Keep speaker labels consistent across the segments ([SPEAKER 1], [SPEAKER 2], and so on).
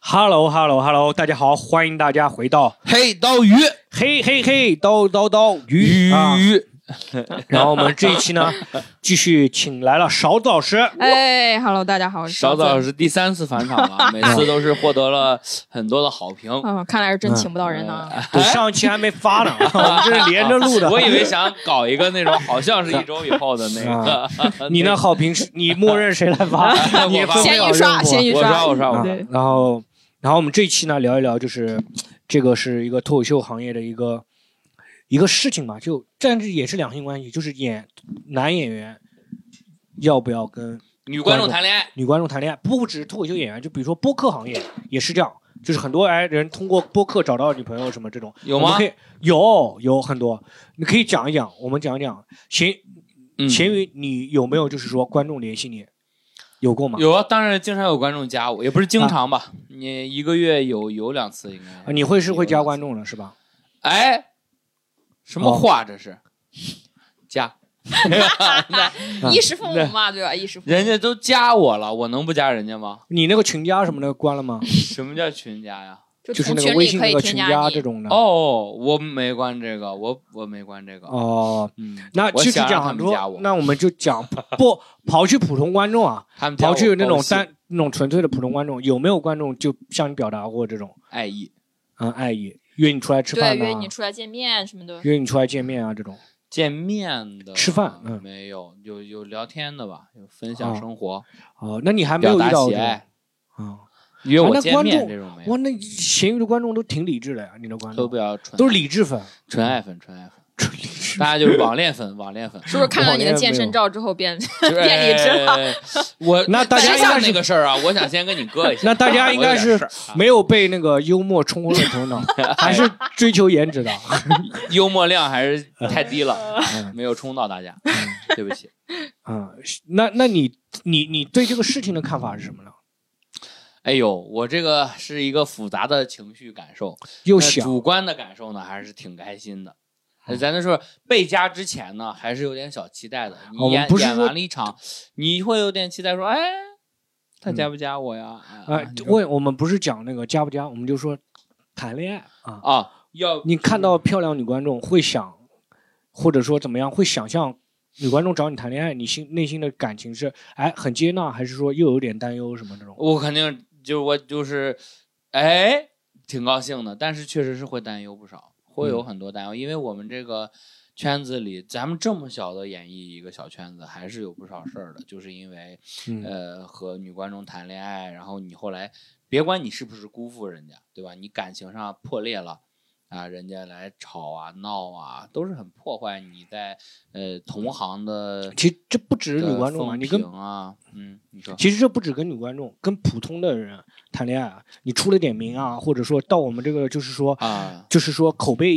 [SPEAKER 1] Hello Hello Hello，大家好，欢迎大家回到
[SPEAKER 2] 黑刀鱼
[SPEAKER 1] 嘿嘿嘿刀刀刀鱼啊。
[SPEAKER 2] 鱼，
[SPEAKER 1] 然后我们这一期呢， 继续请来了勺子老师。
[SPEAKER 3] 哎，Hello，大家 好，我是
[SPEAKER 2] 勺子
[SPEAKER 3] 子
[SPEAKER 2] 老师第三次返场了，每次都是获得了很多的好评。
[SPEAKER 3] 嗯，看来是真请不到人呢。啊
[SPEAKER 1] 对，上期还没发呢， 我们这是连着录的。
[SPEAKER 2] 我以为想搞一个那种好像是一周以后的那
[SPEAKER 1] 啊
[SPEAKER 2] 个，？
[SPEAKER 1] 你呢？好评是你默认谁来发
[SPEAKER 2] 我
[SPEAKER 1] 你
[SPEAKER 2] 发
[SPEAKER 1] 分配
[SPEAKER 3] 闲
[SPEAKER 1] 好
[SPEAKER 3] 鱼刷，
[SPEAKER 1] 任务
[SPEAKER 3] 闲鱼
[SPEAKER 2] 我
[SPEAKER 3] 刷，
[SPEAKER 2] 刷我刷我
[SPEAKER 1] 啊
[SPEAKER 2] 刷，
[SPEAKER 3] 对，
[SPEAKER 1] 然后，然后我们这一期呢，聊一聊就是这个是一个脱口秀行业的一个一个事情吧，就但是也是两性关系，就是演男演员要不要跟
[SPEAKER 2] 女观众谈恋爱，
[SPEAKER 1] 女观众谈恋爱，不只是脱口秀演员，就比如说播客行业也是这样，就是很多哎人通过播客找到女朋友什么这种，
[SPEAKER 2] 有
[SPEAKER 1] 我们
[SPEAKER 2] 吗
[SPEAKER 1] 可？以有有很多，你可以讲一讲，我们讲一讲。闲
[SPEAKER 2] 嗯
[SPEAKER 1] 闲鱼，你有没有就是说观众联系你，有过吗？
[SPEAKER 2] 有啊，当然经常有观众加我，也不是经常吧，你一个月有有两次应
[SPEAKER 1] 啊
[SPEAKER 2] 该。
[SPEAKER 1] 你会是会加观众的是吧？
[SPEAKER 2] 哎，什
[SPEAKER 1] 哦
[SPEAKER 2] 么话这是？加，
[SPEAKER 1] 啊
[SPEAKER 3] 衣食父母嘛，对吧？衣食父母，
[SPEAKER 2] 人家都加我了，我能不加人家吗？
[SPEAKER 1] 你那个群加什么的关了吗？
[SPEAKER 2] 什么叫群加呀？
[SPEAKER 1] 就是
[SPEAKER 3] 从
[SPEAKER 1] 那个
[SPEAKER 3] 群
[SPEAKER 1] 微
[SPEAKER 3] 里
[SPEAKER 1] 信
[SPEAKER 3] 可
[SPEAKER 1] 那
[SPEAKER 3] 以
[SPEAKER 1] 个
[SPEAKER 3] 添
[SPEAKER 1] 群
[SPEAKER 3] 加
[SPEAKER 1] 加
[SPEAKER 3] 你
[SPEAKER 1] 这种的。
[SPEAKER 2] 哦，我没关这个，我我没关这个。
[SPEAKER 1] 哦，
[SPEAKER 2] 嗯，
[SPEAKER 1] 那
[SPEAKER 2] 我
[SPEAKER 1] 就是
[SPEAKER 2] 想让他
[SPEAKER 1] 讲
[SPEAKER 2] 们加
[SPEAKER 1] 说
[SPEAKER 2] 我，，
[SPEAKER 1] 那我们就讲不刨去普通观众 啊，
[SPEAKER 2] 他们加
[SPEAKER 1] 刨
[SPEAKER 2] 我
[SPEAKER 1] 去那种
[SPEAKER 2] 高兴
[SPEAKER 1] 单那种纯粹的普通观众，有没有观众就向你表达过这种
[SPEAKER 2] 爱意。
[SPEAKER 1] 嗯爱意，约你出来吃
[SPEAKER 3] 对，
[SPEAKER 1] 饭呐
[SPEAKER 3] 约你出来见面什么的。，
[SPEAKER 1] 约你出来见面啊这种？
[SPEAKER 2] 见面的
[SPEAKER 1] 吃饭嗯
[SPEAKER 2] 没有，有有聊天的吧，有分享
[SPEAKER 1] 啊
[SPEAKER 2] 生活，
[SPEAKER 1] 哦，那你还没
[SPEAKER 2] 表
[SPEAKER 1] 有遇
[SPEAKER 2] 达
[SPEAKER 1] 到
[SPEAKER 2] 喜
[SPEAKER 1] 这种啊
[SPEAKER 2] 爱，？约
[SPEAKER 1] 啊
[SPEAKER 2] 我
[SPEAKER 1] 那
[SPEAKER 2] 见
[SPEAKER 1] 观
[SPEAKER 2] 面
[SPEAKER 1] 众
[SPEAKER 2] 这种没有，
[SPEAKER 1] 哇，那咸鱼的观众都挺理智的呀，你的观
[SPEAKER 2] 都
[SPEAKER 1] 众
[SPEAKER 2] 比较纯，
[SPEAKER 1] 都是理智 粉，
[SPEAKER 2] 纯爱粉，纯爱粉，
[SPEAKER 1] 纯理智
[SPEAKER 2] 大家就是网恋粉，网恋粉
[SPEAKER 3] 是不是看
[SPEAKER 1] 我
[SPEAKER 3] 了你
[SPEAKER 1] 也
[SPEAKER 3] 的
[SPEAKER 1] 没
[SPEAKER 3] 健
[SPEAKER 1] 有
[SPEAKER 3] 身照之 后变？
[SPEAKER 2] 就是
[SPEAKER 3] 变理智了
[SPEAKER 2] 哎我
[SPEAKER 1] 那大家
[SPEAKER 2] 等一
[SPEAKER 1] 应
[SPEAKER 2] 下
[SPEAKER 1] 该是
[SPEAKER 2] 那个事儿啊，我想先跟你哥一下。
[SPEAKER 1] 那大家应该
[SPEAKER 2] 我有
[SPEAKER 1] 是
[SPEAKER 2] 点事儿啊
[SPEAKER 1] 没有被那个幽默冲昏了头 脑，还是追求颜值的。
[SPEAKER 2] 幽默量还是太低了，
[SPEAKER 1] 嗯
[SPEAKER 2] 没有冲到大家，对不起。
[SPEAKER 1] 嗯，那那你你你对这个事情的看法是什么呢？
[SPEAKER 2] 哎呦，我这个是一个复杂的情绪感受，
[SPEAKER 1] 又
[SPEAKER 2] 那
[SPEAKER 1] 想
[SPEAKER 2] 主观的感受呢，还是挺开心的。呃
[SPEAKER 1] 嗯
[SPEAKER 2] 咱就说被加之前呢，还是有点小期待的。
[SPEAKER 1] 哦我
[SPEAKER 2] 你
[SPEAKER 1] 们
[SPEAKER 2] 演、
[SPEAKER 1] 不是
[SPEAKER 2] 演
[SPEAKER 1] 说
[SPEAKER 2] 完了一场，你会有点期待说，哎，他加不加我呀？
[SPEAKER 1] 嗯啊
[SPEAKER 2] 啊，你，说
[SPEAKER 1] 问我们不是讲那个加不加，我们就说谈恋爱啊。
[SPEAKER 2] 啊，要
[SPEAKER 1] 你看到漂亮女观众会想，或者说怎么样，会想象女观众找你谈恋爱，你心内心的感情是哎很接纳，还是说又有点担忧什么这种？
[SPEAKER 2] 我肯定就我就是，哎，挺高兴的，但是确实是会担忧不少，会
[SPEAKER 1] 嗯
[SPEAKER 2] 有很多担忧，因为我们这个圈子里，咱们这么小的演艺一个小圈子，还是有不少事儿的，就是因为
[SPEAKER 1] 嗯
[SPEAKER 2] 呃和女观众谈恋爱，然后你后来别管你是不是辜负人家，对吧？你感情上破裂了。啊，人家来吵啊、闹啊，都是很破坏你在呃同行的
[SPEAKER 1] 其实这不只是女
[SPEAKER 2] 的
[SPEAKER 1] 观众嘛，
[SPEAKER 2] 风
[SPEAKER 1] 你跟
[SPEAKER 2] 评啊，嗯，你说
[SPEAKER 1] 其实这不只跟女观众，跟普通的人谈恋爱啊，你出了点名啊，或者说到我们这个就是说
[SPEAKER 2] 啊，
[SPEAKER 1] 就是说口碑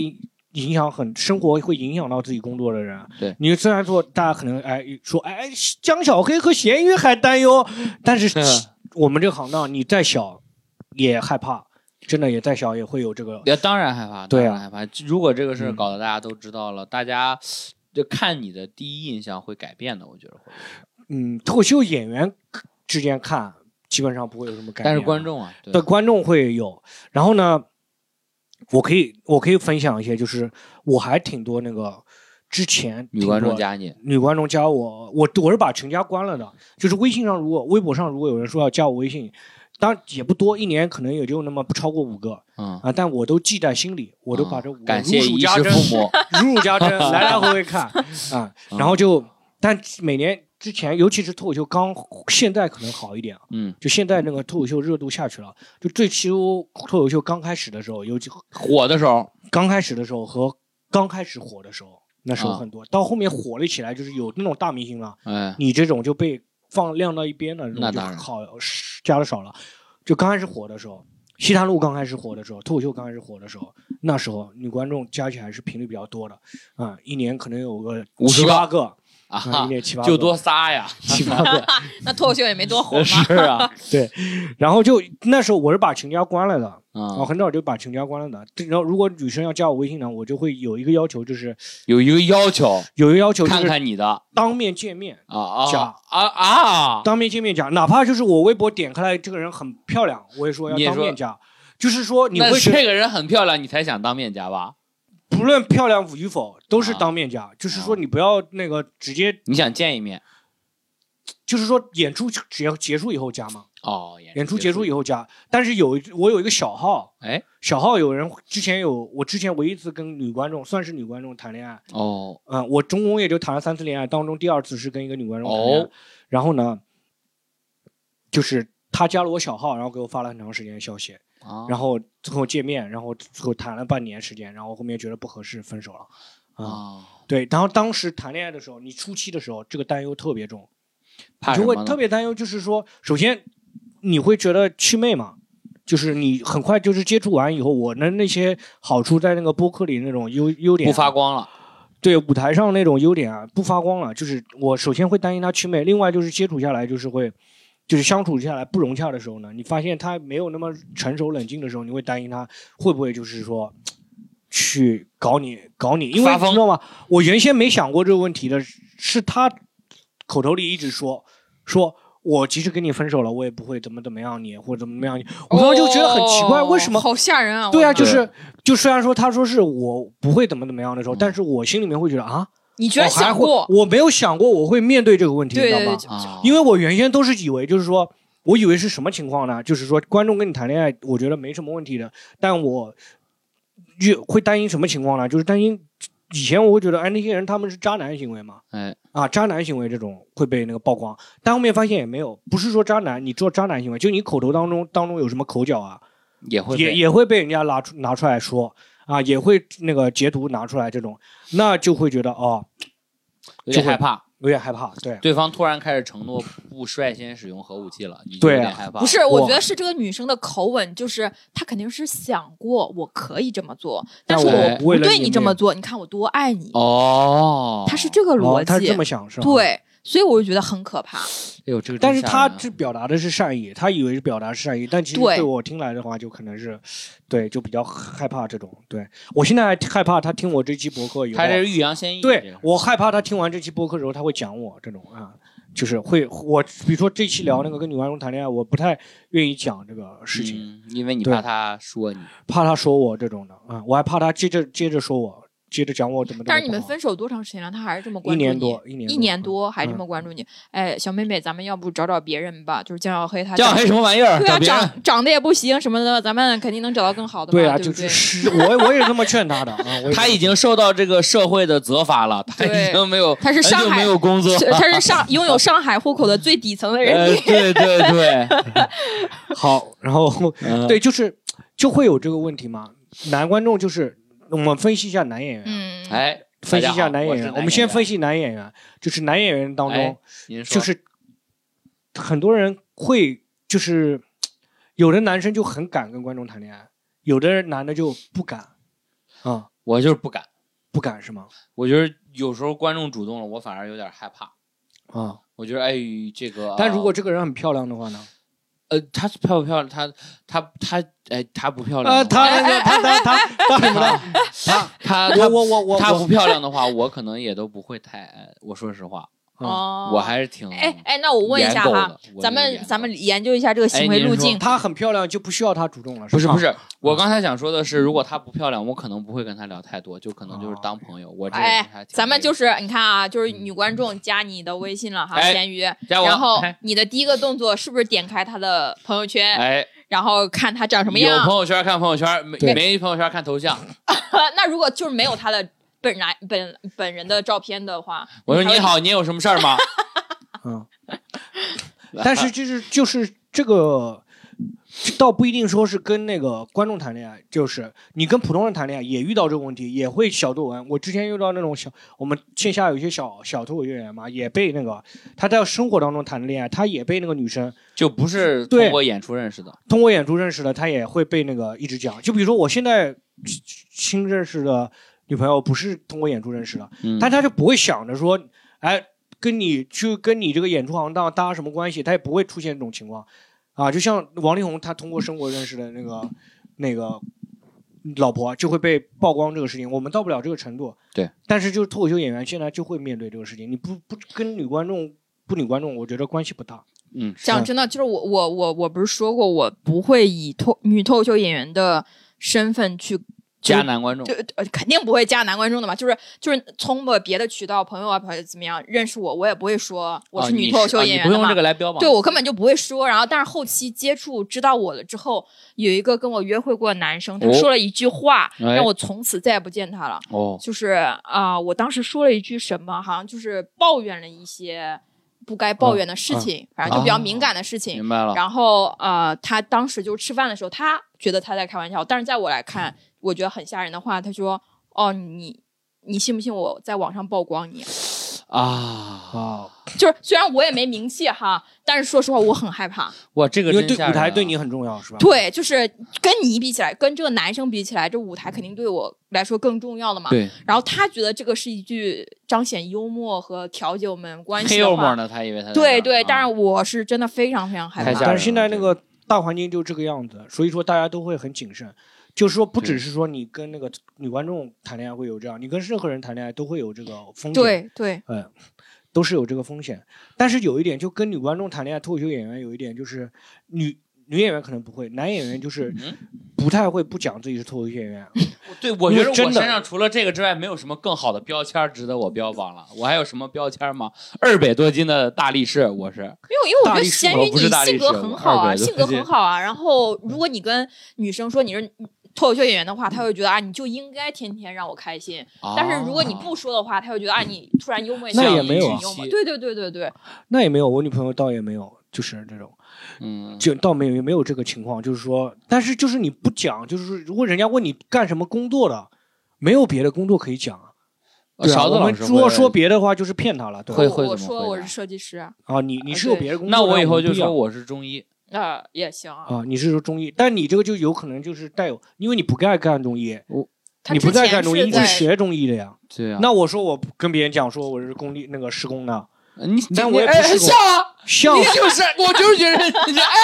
[SPEAKER 1] 影响很，生活会影响到自己工作的人。
[SPEAKER 2] 对，
[SPEAKER 1] 你虽然说大家可能哎说哎江小黑和咸鱼还担忧，但 是
[SPEAKER 2] 嗯
[SPEAKER 1] 我们这个行当你再小也害怕，真的也再小也会有这个。
[SPEAKER 2] 也当然害怕，
[SPEAKER 1] 对啊
[SPEAKER 2] 当然害怕。如果这个事儿
[SPEAKER 1] 嗯
[SPEAKER 2] 搞得大家都知道了，大家就看你的第一印象会改变的，我觉得会。
[SPEAKER 1] 嗯，脱口秀演员之间看基本上不会有什么改变啊，
[SPEAKER 2] 但是观众啊，对
[SPEAKER 1] 的观众会有。然后呢，我可以我可以分享一些，就是我还挺多那个之前
[SPEAKER 2] 女观众
[SPEAKER 1] 挺多
[SPEAKER 2] 加你，
[SPEAKER 1] 女观众加我，我我是把群加关了的，就是微信上如果微博上如果有人说要加我微信。当然也不多，一年可能也就那么不超过五个
[SPEAKER 2] 嗯，
[SPEAKER 1] 啊，但我都记在心里，我都把这五
[SPEAKER 2] 嗯
[SPEAKER 1] 个
[SPEAKER 2] 感谢
[SPEAKER 1] 如数
[SPEAKER 2] 衣
[SPEAKER 1] 家
[SPEAKER 2] 食
[SPEAKER 1] 珍，
[SPEAKER 2] 父母，
[SPEAKER 1] 如数家 珍，来来回回看啊，
[SPEAKER 2] 嗯
[SPEAKER 1] 然后就，但每年之前，尤其是脱口秀刚，现在可能好一点，啊
[SPEAKER 2] 嗯，
[SPEAKER 1] 就现在那个脱口秀热度下去了，就最初脱口秀刚开始的时候，尤其
[SPEAKER 2] 火的时候，
[SPEAKER 1] 刚开始的时候和刚开始火的时候，那
[SPEAKER 2] 嗯
[SPEAKER 1] 时候很多，到后面火了起来，就是有那种大明星了，
[SPEAKER 2] 哎，
[SPEAKER 1] 你这种就被放晾到一边的，
[SPEAKER 2] 那
[SPEAKER 1] 就
[SPEAKER 2] 当然
[SPEAKER 1] 好加的少了。就刚开始火的时候，西坛路刚开始火的时候，脱口秀刚开始火的时候，那时候女观众加起来是频率比较多的，啊、一年可能有个
[SPEAKER 2] 50
[SPEAKER 1] 七八个，啊，一
[SPEAKER 2] 啊，
[SPEAKER 1] 年七八
[SPEAKER 2] 就
[SPEAKER 1] 个
[SPEAKER 2] 多 仨呀，
[SPEAKER 1] 七八 个，
[SPEAKER 3] 那脱口秀也没 多红嘛。
[SPEAKER 2] 是 啊，
[SPEAKER 1] 然后就那时候我是把群加关了的，我
[SPEAKER 2] 嗯，
[SPEAKER 1] 很早就把群加关了的。这然后如果女生要加我微信呢，我就会有一个要求，就是
[SPEAKER 2] 有一个要求，
[SPEAKER 1] 有一个要求就
[SPEAKER 2] 看
[SPEAKER 1] 是
[SPEAKER 2] 看你的啊
[SPEAKER 1] 当面见面，
[SPEAKER 2] 啊
[SPEAKER 1] 假
[SPEAKER 2] 啊啊，
[SPEAKER 1] 当面见面加，哪怕就是我微博点开来这个人很漂亮，我也说要
[SPEAKER 2] 你也
[SPEAKER 1] 当面
[SPEAKER 2] 说
[SPEAKER 1] 加，就是说你
[SPEAKER 2] 那
[SPEAKER 1] 会觉得
[SPEAKER 2] 这个人很漂亮，你才想当面夹吧？
[SPEAKER 1] 不论漂亮与否都是
[SPEAKER 2] 啊
[SPEAKER 1] 当面加，就是说
[SPEAKER 2] 啊
[SPEAKER 1] 你不要那个直接，
[SPEAKER 2] 你想见一面
[SPEAKER 1] 就是说演出结结束以后加嘛，
[SPEAKER 2] 哦，
[SPEAKER 1] 演出结束以
[SPEAKER 2] 后，
[SPEAKER 1] 后加。但是有一我有一个小号，
[SPEAKER 2] 哎，
[SPEAKER 1] 小号有人之前有我之前唯一一次跟女观众算是女观众谈恋爱，
[SPEAKER 2] 哦，
[SPEAKER 1] 嗯，我总共也就谈了三次恋爱，当中第二次是跟一个女观众谈恋爱，
[SPEAKER 2] 哦
[SPEAKER 1] 然后呢，就是她加了我小号，然后给我发了很长时间的消息，
[SPEAKER 2] 啊
[SPEAKER 1] 然后最后见面，然后最后谈了半年时间，然后后面觉得不合适，分手了。啊、
[SPEAKER 2] 啊，
[SPEAKER 1] 对，然后当时谈恋爱的时候，你初期的时候，这个担忧特别重，
[SPEAKER 2] 怕
[SPEAKER 1] 你
[SPEAKER 2] 什
[SPEAKER 1] 就会
[SPEAKER 2] 么呢
[SPEAKER 1] 特别担忧，就是说，首先你会觉得祛魅嘛，就是你很快就是接触完以后，我的那些好处在那个播客里那种优优点
[SPEAKER 2] 不发光了，
[SPEAKER 1] 对舞台上那种优点啊，不发光了。就是我首先会担心他祛魅，另外就是接触下来就是会，就是相处下来不融洽的时候呢，你发现他没有那么成熟冷静的时候，你会担心他会不会就是说去搞你搞你，因为
[SPEAKER 2] 发
[SPEAKER 1] 你
[SPEAKER 2] 疯
[SPEAKER 1] 知道吗？我原先没想过这个问题的，是他口头里一直说说。我即使跟你分手了，我也不会怎么怎么样你，或者怎么怎么样你。我当时就觉得很奇怪，
[SPEAKER 3] 哦
[SPEAKER 1] 为什么
[SPEAKER 3] 好吓人啊！
[SPEAKER 1] 对啊，
[SPEAKER 3] 我的
[SPEAKER 1] 就
[SPEAKER 3] 妈
[SPEAKER 1] 是就虽然说他说是我不会怎么怎么样的时候，
[SPEAKER 2] 嗯
[SPEAKER 1] 但是我心里面会觉得啊，
[SPEAKER 3] 你居然
[SPEAKER 1] 我还
[SPEAKER 3] 想
[SPEAKER 1] 会
[SPEAKER 3] 过，
[SPEAKER 1] 我没有想过我会面对这个问题，你
[SPEAKER 3] 对
[SPEAKER 1] 知道
[SPEAKER 3] 对对
[SPEAKER 1] 吗？
[SPEAKER 3] 就，
[SPEAKER 2] 啊，
[SPEAKER 1] 因为我原先都是以为就是说。我以为是什么情况呢？就是说，观众跟你谈恋爱，我觉得没什么问题的。但我越会担心什么情况呢？就是担心以前我会觉得，哎，那些人他们是渣男行为嘛？
[SPEAKER 2] 哎，
[SPEAKER 1] 啊，渣男行为这种会被那个曝光。但后面发现也没有，不是说渣男，你做渣男行为，就你口头当中当中有什么口角啊，
[SPEAKER 2] 也会
[SPEAKER 1] 也
[SPEAKER 2] 被
[SPEAKER 1] 也会被人家拿出拿出来说啊，也会那个截图拿出来这种，那就会觉得哦，
[SPEAKER 2] 有点
[SPEAKER 1] 就会
[SPEAKER 2] 害怕，
[SPEAKER 1] 有点害怕。对，
[SPEAKER 2] 对方突然开始承诺不率先使用核武器了，你就
[SPEAKER 1] 对
[SPEAKER 2] 有
[SPEAKER 1] 啊
[SPEAKER 2] 点害怕。
[SPEAKER 3] 不是，我
[SPEAKER 1] 我
[SPEAKER 3] 觉得是这个女生的口吻，就是她肯定是想过我可以这么做，但
[SPEAKER 1] 嗯
[SPEAKER 3] 是
[SPEAKER 1] 我
[SPEAKER 2] 我
[SPEAKER 1] 不为了
[SPEAKER 3] 对
[SPEAKER 1] 你
[SPEAKER 3] 你这
[SPEAKER 1] 们
[SPEAKER 3] 么做，你看我多爱你，
[SPEAKER 2] 哦，
[SPEAKER 3] 她是这个逻
[SPEAKER 1] 哦他是这
[SPEAKER 3] 辑
[SPEAKER 1] 么，想是吧？。
[SPEAKER 3] 对，所以我就觉得很可怕。
[SPEAKER 2] 哎呦，这个真
[SPEAKER 1] 但是
[SPEAKER 2] 吓
[SPEAKER 1] 他
[SPEAKER 2] 人啊
[SPEAKER 1] 是表达的是善意，他以为是表达是善意，但其实
[SPEAKER 3] 对
[SPEAKER 1] 对我听来的话，就可能是，对，就比较害怕这种。对我现在还害怕他听我这期博客以后
[SPEAKER 2] 他，这是欲扬先抑，这
[SPEAKER 1] 对
[SPEAKER 2] 个
[SPEAKER 1] 我害怕他听完这期播客之后，他会讲我这种啊，就是会我比如说这期聊那个跟女观众谈恋爱，我不太愿意讲这个事情，
[SPEAKER 2] 嗯因为你
[SPEAKER 1] 对
[SPEAKER 2] 怕他说你
[SPEAKER 1] 怕他说我这种的啊，我还怕他接着接着说我，接着讲我怎么怎么不好。
[SPEAKER 3] 但是
[SPEAKER 2] 啊
[SPEAKER 3] 你们分手多长时间了，她还是这么
[SPEAKER 1] 一
[SPEAKER 3] 关注
[SPEAKER 1] 年
[SPEAKER 3] 你
[SPEAKER 1] 多，，一年
[SPEAKER 3] 一年
[SPEAKER 1] 多，
[SPEAKER 3] 多
[SPEAKER 2] 嗯
[SPEAKER 3] 还这么关注你。哎，小妹妹，咱们要不找找别人吧？就是江小黑，他
[SPEAKER 2] 这样
[SPEAKER 3] 长
[SPEAKER 2] 黑什么玩意儿？
[SPEAKER 3] 对啊，
[SPEAKER 2] 找别人
[SPEAKER 3] 长长得也不行什么的，咱们肯定能找到更好的嘛，
[SPEAKER 1] 对
[SPEAKER 3] 对
[SPEAKER 1] 啊，
[SPEAKER 3] 不
[SPEAKER 1] 就
[SPEAKER 3] 对
[SPEAKER 1] 是是 我我也这么劝他的啊，我也
[SPEAKER 2] 他已经受到这个社会的责罚了，他已
[SPEAKER 3] 对
[SPEAKER 2] 经没有，
[SPEAKER 3] 他是
[SPEAKER 2] 很
[SPEAKER 3] 上
[SPEAKER 2] 久
[SPEAKER 3] 海
[SPEAKER 2] 哎没有工作，
[SPEAKER 3] 是他是上拥有上海户口的最底层的人，
[SPEAKER 2] 呃，对对 对，
[SPEAKER 1] 好，然 后
[SPEAKER 2] 嗯
[SPEAKER 1] 对，就是就会有这个问题嘛。男观众就是我们分析一下男演员，
[SPEAKER 3] 嗯，
[SPEAKER 2] 哎，
[SPEAKER 1] 分析一下
[SPEAKER 2] 大家好
[SPEAKER 1] 男演
[SPEAKER 2] 我是
[SPEAKER 1] 员。
[SPEAKER 2] 男
[SPEAKER 1] 我们先
[SPEAKER 2] 演员
[SPEAKER 1] 分析男演员，就是男演员当中
[SPEAKER 2] 哎，您说
[SPEAKER 1] 就是很多人会就是有的男生就很敢跟观众谈恋爱，有的男的就不敢啊，
[SPEAKER 2] 我就是不敢，
[SPEAKER 1] 不敢是吗？
[SPEAKER 2] 我觉得有时候观众主动了，我反而有点害怕。
[SPEAKER 1] 啊，
[SPEAKER 2] 我觉得哎，这个，啊
[SPEAKER 1] 但如果这个人很漂亮的话呢？
[SPEAKER 2] 呃，她漂不漂亮？她她她，哎，她不漂亮
[SPEAKER 1] 呃，
[SPEAKER 2] 的话，
[SPEAKER 3] 哎
[SPEAKER 1] 他他他他他什么呢？
[SPEAKER 2] 她她
[SPEAKER 1] 我
[SPEAKER 2] 她
[SPEAKER 1] 我我我
[SPEAKER 2] 她不
[SPEAKER 1] 我，
[SPEAKER 2] 漂亮的话，我可能也都不会太爱。我说实话，
[SPEAKER 1] 嗯
[SPEAKER 3] 哦，
[SPEAKER 2] 我还是挺
[SPEAKER 3] 哎哎，那我问一下
[SPEAKER 2] 严狗
[SPEAKER 3] 哈
[SPEAKER 2] 的，我
[SPEAKER 3] 咱
[SPEAKER 2] 是
[SPEAKER 3] 们
[SPEAKER 2] 严
[SPEAKER 3] 咱
[SPEAKER 2] 狗
[SPEAKER 3] 们研究一下这个行为
[SPEAKER 2] 您
[SPEAKER 3] 路
[SPEAKER 2] 哎说
[SPEAKER 3] 径。
[SPEAKER 1] 她很漂亮就不需要他主动了，
[SPEAKER 2] 不是
[SPEAKER 1] 吧
[SPEAKER 2] 不，是，我刚才想说的是，如果她不漂亮，我可能不会跟她聊太多，就可能就是当朋友。我这个人还
[SPEAKER 3] 哎，
[SPEAKER 2] 挺
[SPEAKER 3] 咱们
[SPEAKER 2] 那个
[SPEAKER 3] 就是你看啊，就是女观众加你的微信了哈，
[SPEAKER 2] 嗯哎
[SPEAKER 3] 咸鱼，
[SPEAKER 2] 加我，
[SPEAKER 3] 然后
[SPEAKER 2] 哎
[SPEAKER 3] 你的第一个动作是不是点开她的朋友圈，
[SPEAKER 2] 哎，
[SPEAKER 3] 然后看她长什么
[SPEAKER 2] 有
[SPEAKER 3] 样？
[SPEAKER 2] 朋友圈看朋友圈，没
[SPEAKER 1] 对
[SPEAKER 2] 没朋友圈看头像。
[SPEAKER 3] 那如果就是没有她的本来本本人的照片的话，
[SPEAKER 2] 我说
[SPEAKER 3] 还会
[SPEAKER 2] 你 好，你有什么事儿吗？啊
[SPEAKER 1] 嗯， 但是就是就是这个，倒不一定说是跟那个观众谈恋爱，就是你跟普通人谈恋爱也遇到这个问题，也会小作文。我之前遇到那种小，我们线下有一些小小脱口秀演员嘛，也被那个他在生活当中谈的恋爱，他也被那个女生
[SPEAKER 2] 就不是
[SPEAKER 1] 对
[SPEAKER 2] 通过演出认识的。
[SPEAKER 1] 通过演出认识的，他也会被那个一直讲。就比如说我现在新认识的女朋友，不是通过演出认识的，
[SPEAKER 2] 嗯
[SPEAKER 1] 但他就不会想着说，哎，跟你去跟你这个演出行当搭什么关系，他也不会出现这种情况，啊，就像王力宏他通过生活认识的那个那个老婆就会被曝光这个事情，我们到不了这个程度，
[SPEAKER 2] 对，
[SPEAKER 1] 但是就是脱口秀演员现在就会面对这个事情，你不不跟女观众不女观众，我觉得关系不大，
[SPEAKER 2] 嗯，
[SPEAKER 1] 嗯
[SPEAKER 3] 讲真的，就是我我我我不是说过，我不会以脱女脱口秀演员的身份去
[SPEAKER 2] 加男观众
[SPEAKER 3] 就呃肯定不会加男观众的嘛，就是就是通过别的渠道，朋友啊朋友怎么样认识我，我也不会说我
[SPEAKER 2] 啊
[SPEAKER 3] 是女
[SPEAKER 2] 你
[SPEAKER 3] 脱口秀
[SPEAKER 2] 啊你
[SPEAKER 3] 演员
[SPEAKER 2] 不
[SPEAKER 3] 的
[SPEAKER 2] 用
[SPEAKER 3] 嘛。
[SPEAKER 2] 这个来标榜。
[SPEAKER 3] 对我根本就不会说，然后但是后期接触知道我了之后，有一个跟我约会过的男生，他
[SPEAKER 2] 哦
[SPEAKER 3] 说了一句话，
[SPEAKER 2] 哎
[SPEAKER 3] 让我从此再也不见他了。
[SPEAKER 2] 哦，
[SPEAKER 3] 就是啊、我当时说了一句什么，好像就是抱怨了一些不该抱怨的事情，反正就比较敏感的事
[SPEAKER 2] 嗯
[SPEAKER 3] 情。
[SPEAKER 2] 啊明白了。
[SPEAKER 3] 然后呃，他当时就吃饭的时候，他觉得他在开玩笑，但是在我来看，我觉得很吓人的话，他说：“哦，你你信不信我在网上曝光你？”
[SPEAKER 2] 啊，
[SPEAKER 1] 啊，
[SPEAKER 3] 就是 虽然我也没名气哈，但是说实话，我很害怕。
[SPEAKER 2] 哇，这个
[SPEAKER 1] 因为
[SPEAKER 2] 真
[SPEAKER 1] 对
[SPEAKER 2] 吓
[SPEAKER 1] 舞台
[SPEAKER 2] 人啊
[SPEAKER 1] 对你很重要，是吧？
[SPEAKER 3] 对，就是跟你比起来，跟这个男生比起来，这舞台肯定对我来说更重要的嘛。
[SPEAKER 2] 对
[SPEAKER 3] 然后他觉得这个是一句彰显幽默和调节我们关
[SPEAKER 2] 黑
[SPEAKER 3] 系的
[SPEAKER 2] 幽默
[SPEAKER 3] 话，
[SPEAKER 2] 呢，他以为他
[SPEAKER 3] 对对，但
[SPEAKER 2] 是
[SPEAKER 3] 是我是真的非常非常害
[SPEAKER 2] 太吓人
[SPEAKER 3] 怕。
[SPEAKER 1] 但是现在那个大环境就这个样子，所以说大家都会很谨慎。就是说，不只是说你跟那个女观众谈恋爱会有这样，你跟任何人谈恋爱都会有这个风险，，
[SPEAKER 3] 对对，
[SPEAKER 1] 都是有这个风险。但是有一点，就跟女观众谈恋爱，脱口秀演员有一点就是女女演员可能不会，男演员就是
[SPEAKER 2] 嗯
[SPEAKER 1] 不太会不讲自己是脱口秀演员。
[SPEAKER 2] 对，我觉得
[SPEAKER 1] 如果真
[SPEAKER 2] 我
[SPEAKER 1] 的
[SPEAKER 2] 身上除了这个之外，没有什么更好的标签值得我标榜了。我还有什么标签吗？二百多斤的大力士，我是
[SPEAKER 3] 因为因为我觉
[SPEAKER 1] 大
[SPEAKER 3] 得
[SPEAKER 1] 力士
[SPEAKER 3] 咸
[SPEAKER 2] 我
[SPEAKER 3] 鱼
[SPEAKER 2] 不是
[SPEAKER 3] 你
[SPEAKER 2] 大力
[SPEAKER 3] 性
[SPEAKER 2] 士
[SPEAKER 3] 格
[SPEAKER 2] 我
[SPEAKER 3] 很好啊，
[SPEAKER 2] 二百多
[SPEAKER 3] 性格
[SPEAKER 2] 斤
[SPEAKER 3] 很好啊。然后如果你跟女生说你是脱口秀演员的话，她会觉得啊，你就应该天天让我开心。
[SPEAKER 2] 啊
[SPEAKER 3] 但是如果你不说的话，她会觉得啊，你突然幽默一下，
[SPEAKER 1] 那也
[SPEAKER 3] 你
[SPEAKER 1] 没有
[SPEAKER 3] 很
[SPEAKER 1] 啊
[SPEAKER 3] 幽默。对对对对对，
[SPEAKER 1] 那也没有，我女朋友倒也没有，就是这种，
[SPEAKER 2] 嗯，
[SPEAKER 1] 就倒没有没有这个情况。就是说，但是就是你不讲，就是说如果人家问你干什么工作的，没有别的工作可以讲啊。对啊，
[SPEAKER 2] 呃勺子
[SPEAKER 1] 我
[SPEAKER 2] 老
[SPEAKER 1] 们
[SPEAKER 2] 师
[SPEAKER 1] 如果
[SPEAKER 2] 会
[SPEAKER 1] 说别的话，就是骗他了，对吧
[SPEAKER 2] 会？
[SPEAKER 3] 我
[SPEAKER 2] 怎么
[SPEAKER 3] 我
[SPEAKER 2] 回
[SPEAKER 3] 说我
[SPEAKER 2] 答
[SPEAKER 3] 是设计师啊，
[SPEAKER 1] 啊，你你是有别的工作，
[SPEAKER 2] 那我以后
[SPEAKER 1] 们
[SPEAKER 2] 就
[SPEAKER 1] 不一样
[SPEAKER 2] 说我是中医，
[SPEAKER 3] 那也行啊。
[SPEAKER 1] 啊，你是说中医，但你这个就有可能就是带有，因为你不爱干中医，
[SPEAKER 3] 他
[SPEAKER 1] 你
[SPEAKER 3] 之
[SPEAKER 1] 不再
[SPEAKER 3] 前
[SPEAKER 1] 干中医，
[SPEAKER 3] 是
[SPEAKER 1] 你是
[SPEAKER 3] 在
[SPEAKER 1] 学中医的呀。
[SPEAKER 2] 对啊，
[SPEAKER 1] 那我说我跟别人讲说我是工地那个施工的，
[SPEAKER 2] 你
[SPEAKER 1] 那
[SPEAKER 2] 你
[SPEAKER 1] 我也不
[SPEAKER 2] 哎
[SPEAKER 1] 是
[SPEAKER 2] 笑了，
[SPEAKER 1] 像
[SPEAKER 2] 你就是我就是觉得你这哎，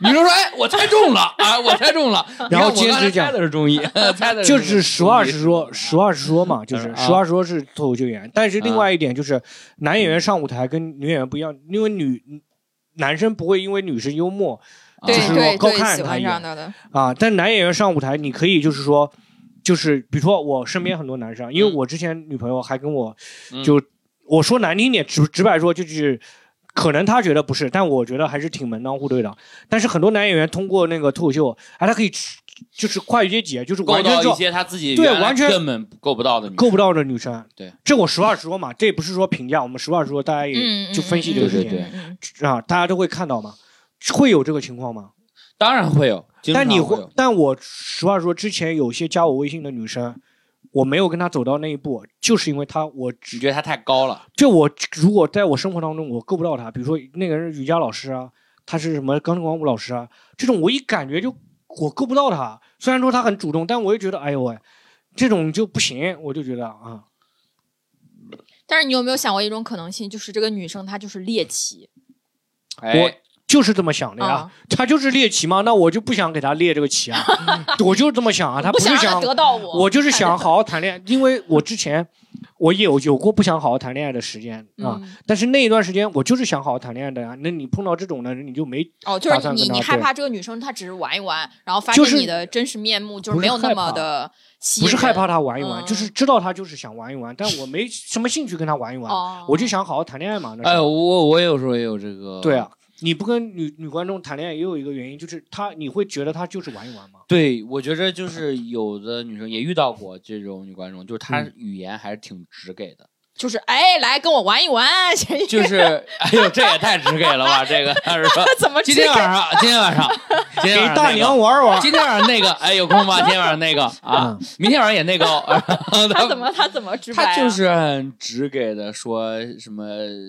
[SPEAKER 2] 你就说哎，我猜中了啊，我猜中 了，
[SPEAKER 1] 然后
[SPEAKER 2] 你看我
[SPEAKER 1] 兼
[SPEAKER 2] 刚才
[SPEAKER 1] 职讲
[SPEAKER 2] 猜的是 中医，猜的
[SPEAKER 1] 就
[SPEAKER 2] 中
[SPEAKER 1] 是
[SPEAKER 2] 医
[SPEAKER 1] 实话实说，实话实说嘛，就是
[SPEAKER 2] 啊嗯
[SPEAKER 1] 实话实说是脱口秀演员。但是另外一点就是，男演员上舞台跟女演员不一样，因为女男生不会因为女生幽默
[SPEAKER 2] 啊
[SPEAKER 3] 对
[SPEAKER 1] 就是
[SPEAKER 3] 对
[SPEAKER 1] 高
[SPEAKER 3] 对
[SPEAKER 1] 看
[SPEAKER 3] 喜
[SPEAKER 1] 他
[SPEAKER 3] 欢
[SPEAKER 1] 一
[SPEAKER 3] 这
[SPEAKER 1] 眼
[SPEAKER 3] 样的的，
[SPEAKER 1] 啊，但男演员上舞台，你可以就是说，就是比如说我身边很多男生，因为
[SPEAKER 2] 嗯
[SPEAKER 1] 我之前女朋友还跟我
[SPEAKER 2] 嗯
[SPEAKER 1] 就、我说难听点，直直白说就是。可能他觉得不是，但我觉得还是挺门当户对的。但是很多男演员通过那个脱口秀，哎，他可以就是跨越阶级，就是
[SPEAKER 2] 够
[SPEAKER 1] 完全
[SPEAKER 2] 到
[SPEAKER 1] 照
[SPEAKER 2] 一些他自己
[SPEAKER 1] 对
[SPEAKER 2] 原来
[SPEAKER 1] 完全
[SPEAKER 2] 根本够不到的女
[SPEAKER 1] 够
[SPEAKER 2] 生，
[SPEAKER 1] 不到的女生。
[SPEAKER 2] 对，
[SPEAKER 1] 这我实话实说嘛，这也不是说评价，我们实话实说，大家也
[SPEAKER 3] 嗯，
[SPEAKER 1] 就分析这
[SPEAKER 2] 对
[SPEAKER 1] 个
[SPEAKER 2] 对
[SPEAKER 1] 事
[SPEAKER 2] 对
[SPEAKER 1] 情、
[SPEAKER 2] 对，
[SPEAKER 3] 嗯
[SPEAKER 1] 啊，大家都会看到嘛，会有这个情况吗？
[SPEAKER 2] 当然会有，经
[SPEAKER 1] 但
[SPEAKER 2] 常
[SPEAKER 1] 你
[SPEAKER 2] 会
[SPEAKER 1] 会
[SPEAKER 2] 有，
[SPEAKER 1] 但我实话说，之前有些加我微信的女生，我没有跟她走到那一步，就是因为她，我
[SPEAKER 2] 只觉得他太高了，
[SPEAKER 1] 就我如果在我生活当中我够不到她，比如说那个人是瑜伽老师啊，她是什么钢琴广舞老师啊，这种我一感觉就我够不到她。虽然说她很主动，但我也觉得哎呦喂，这种就不行，我就觉得啊，
[SPEAKER 3] 但是你有没有想过一种可能性，就是这个女生她就是猎奇
[SPEAKER 2] 哎，
[SPEAKER 1] 就是这么想的呀
[SPEAKER 3] 啊，，
[SPEAKER 1] 她就是猎奇嘛，那我就不想给她列这个棋 啊，我就是这么想啊，她
[SPEAKER 3] 不
[SPEAKER 1] 不是
[SPEAKER 3] 想让她
[SPEAKER 1] 想
[SPEAKER 3] 得到我，
[SPEAKER 1] 我就是想好好谈恋爱，因为我之前我有有过不想好好谈恋爱的时间啊，
[SPEAKER 3] 嗯，
[SPEAKER 1] 但是那一段时间我就是想好好谈恋爱的呀。那你碰到这种的人，你就没
[SPEAKER 3] 哦，就
[SPEAKER 1] 打
[SPEAKER 3] 是
[SPEAKER 1] 算
[SPEAKER 3] 你
[SPEAKER 1] 跟
[SPEAKER 3] 你
[SPEAKER 1] 她
[SPEAKER 3] 害
[SPEAKER 1] 对
[SPEAKER 3] 怕这个女生她只是玩一玩，然后发
[SPEAKER 1] 就
[SPEAKER 3] 现
[SPEAKER 1] 是
[SPEAKER 3] 你的真实面目就
[SPEAKER 1] 不
[SPEAKER 3] 是没
[SPEAKER 1] 是
[SPEAKER 3] 有那
[SPEAKER 1] 害
[SPEAKER 3] 么
[SPEAKER 1] 怕
[SPEAKER 3] 的吸引
[SPEAKER 1] 不
[SPEAKER 3] 人，
[SPEAKER 1] 是害怕他玩一玩，
[SPEAKER 3] 嗯
[SPEAKER 1] 就是知道他就是想玩一玩，但我没什么兴趣跟他玩一玩，
[SPEAKER 3] 哦，
[SPEAKER 1] 我就想好好谈恋爱嘛。那
[SPEAKER 2] 哎，
[SPEAKER 1] 时候
[SPEAKER 2] 我我有时候也有这个，
[SPEAKER 1] 对啊，，你不跟女女观众谈恋爱也有一个原因，就是他你会觉得他就是玩一玩嘛。
[SPEAKER 2] 对，我觉着就是有的女生也遇到过这种女观众，就是她语言还是挺直给的，
[SPEAKER 3] 就是哎，来跟我玩一玩，
[SPEAKER 2] 就是哎呦，这也太直给了吧，这个她是说
[SPEAKER 3] 怎么
[SPEAKER 2] 今
[SPEAKER 3] 这
[SPEAKER 2] 天
[SPEAKER 3] 个
[SPEAKER 1] 啊
[SPEAKER 2] 晚上，今天晚上，今天
[SPEAKER 1] 给
[SPEAKER 2] 晚上、那个、
[SPEAKER 1] 大娘玩玩
[SPEAKER 2] 今天晚上那个，哎，有空吗？今天晚上那个
[SPEAKER 1] 嗯
[SPEAKER 2] 啊，明天晚上也那个哦。
[SPEAKER 1] 呃
[SPEAKER 3] 她怎么她怎么直白、
[SPEAKER 2] 他
[SPEAKER 3] 啊？
[SPEAKER 2] 就是很直给的说什么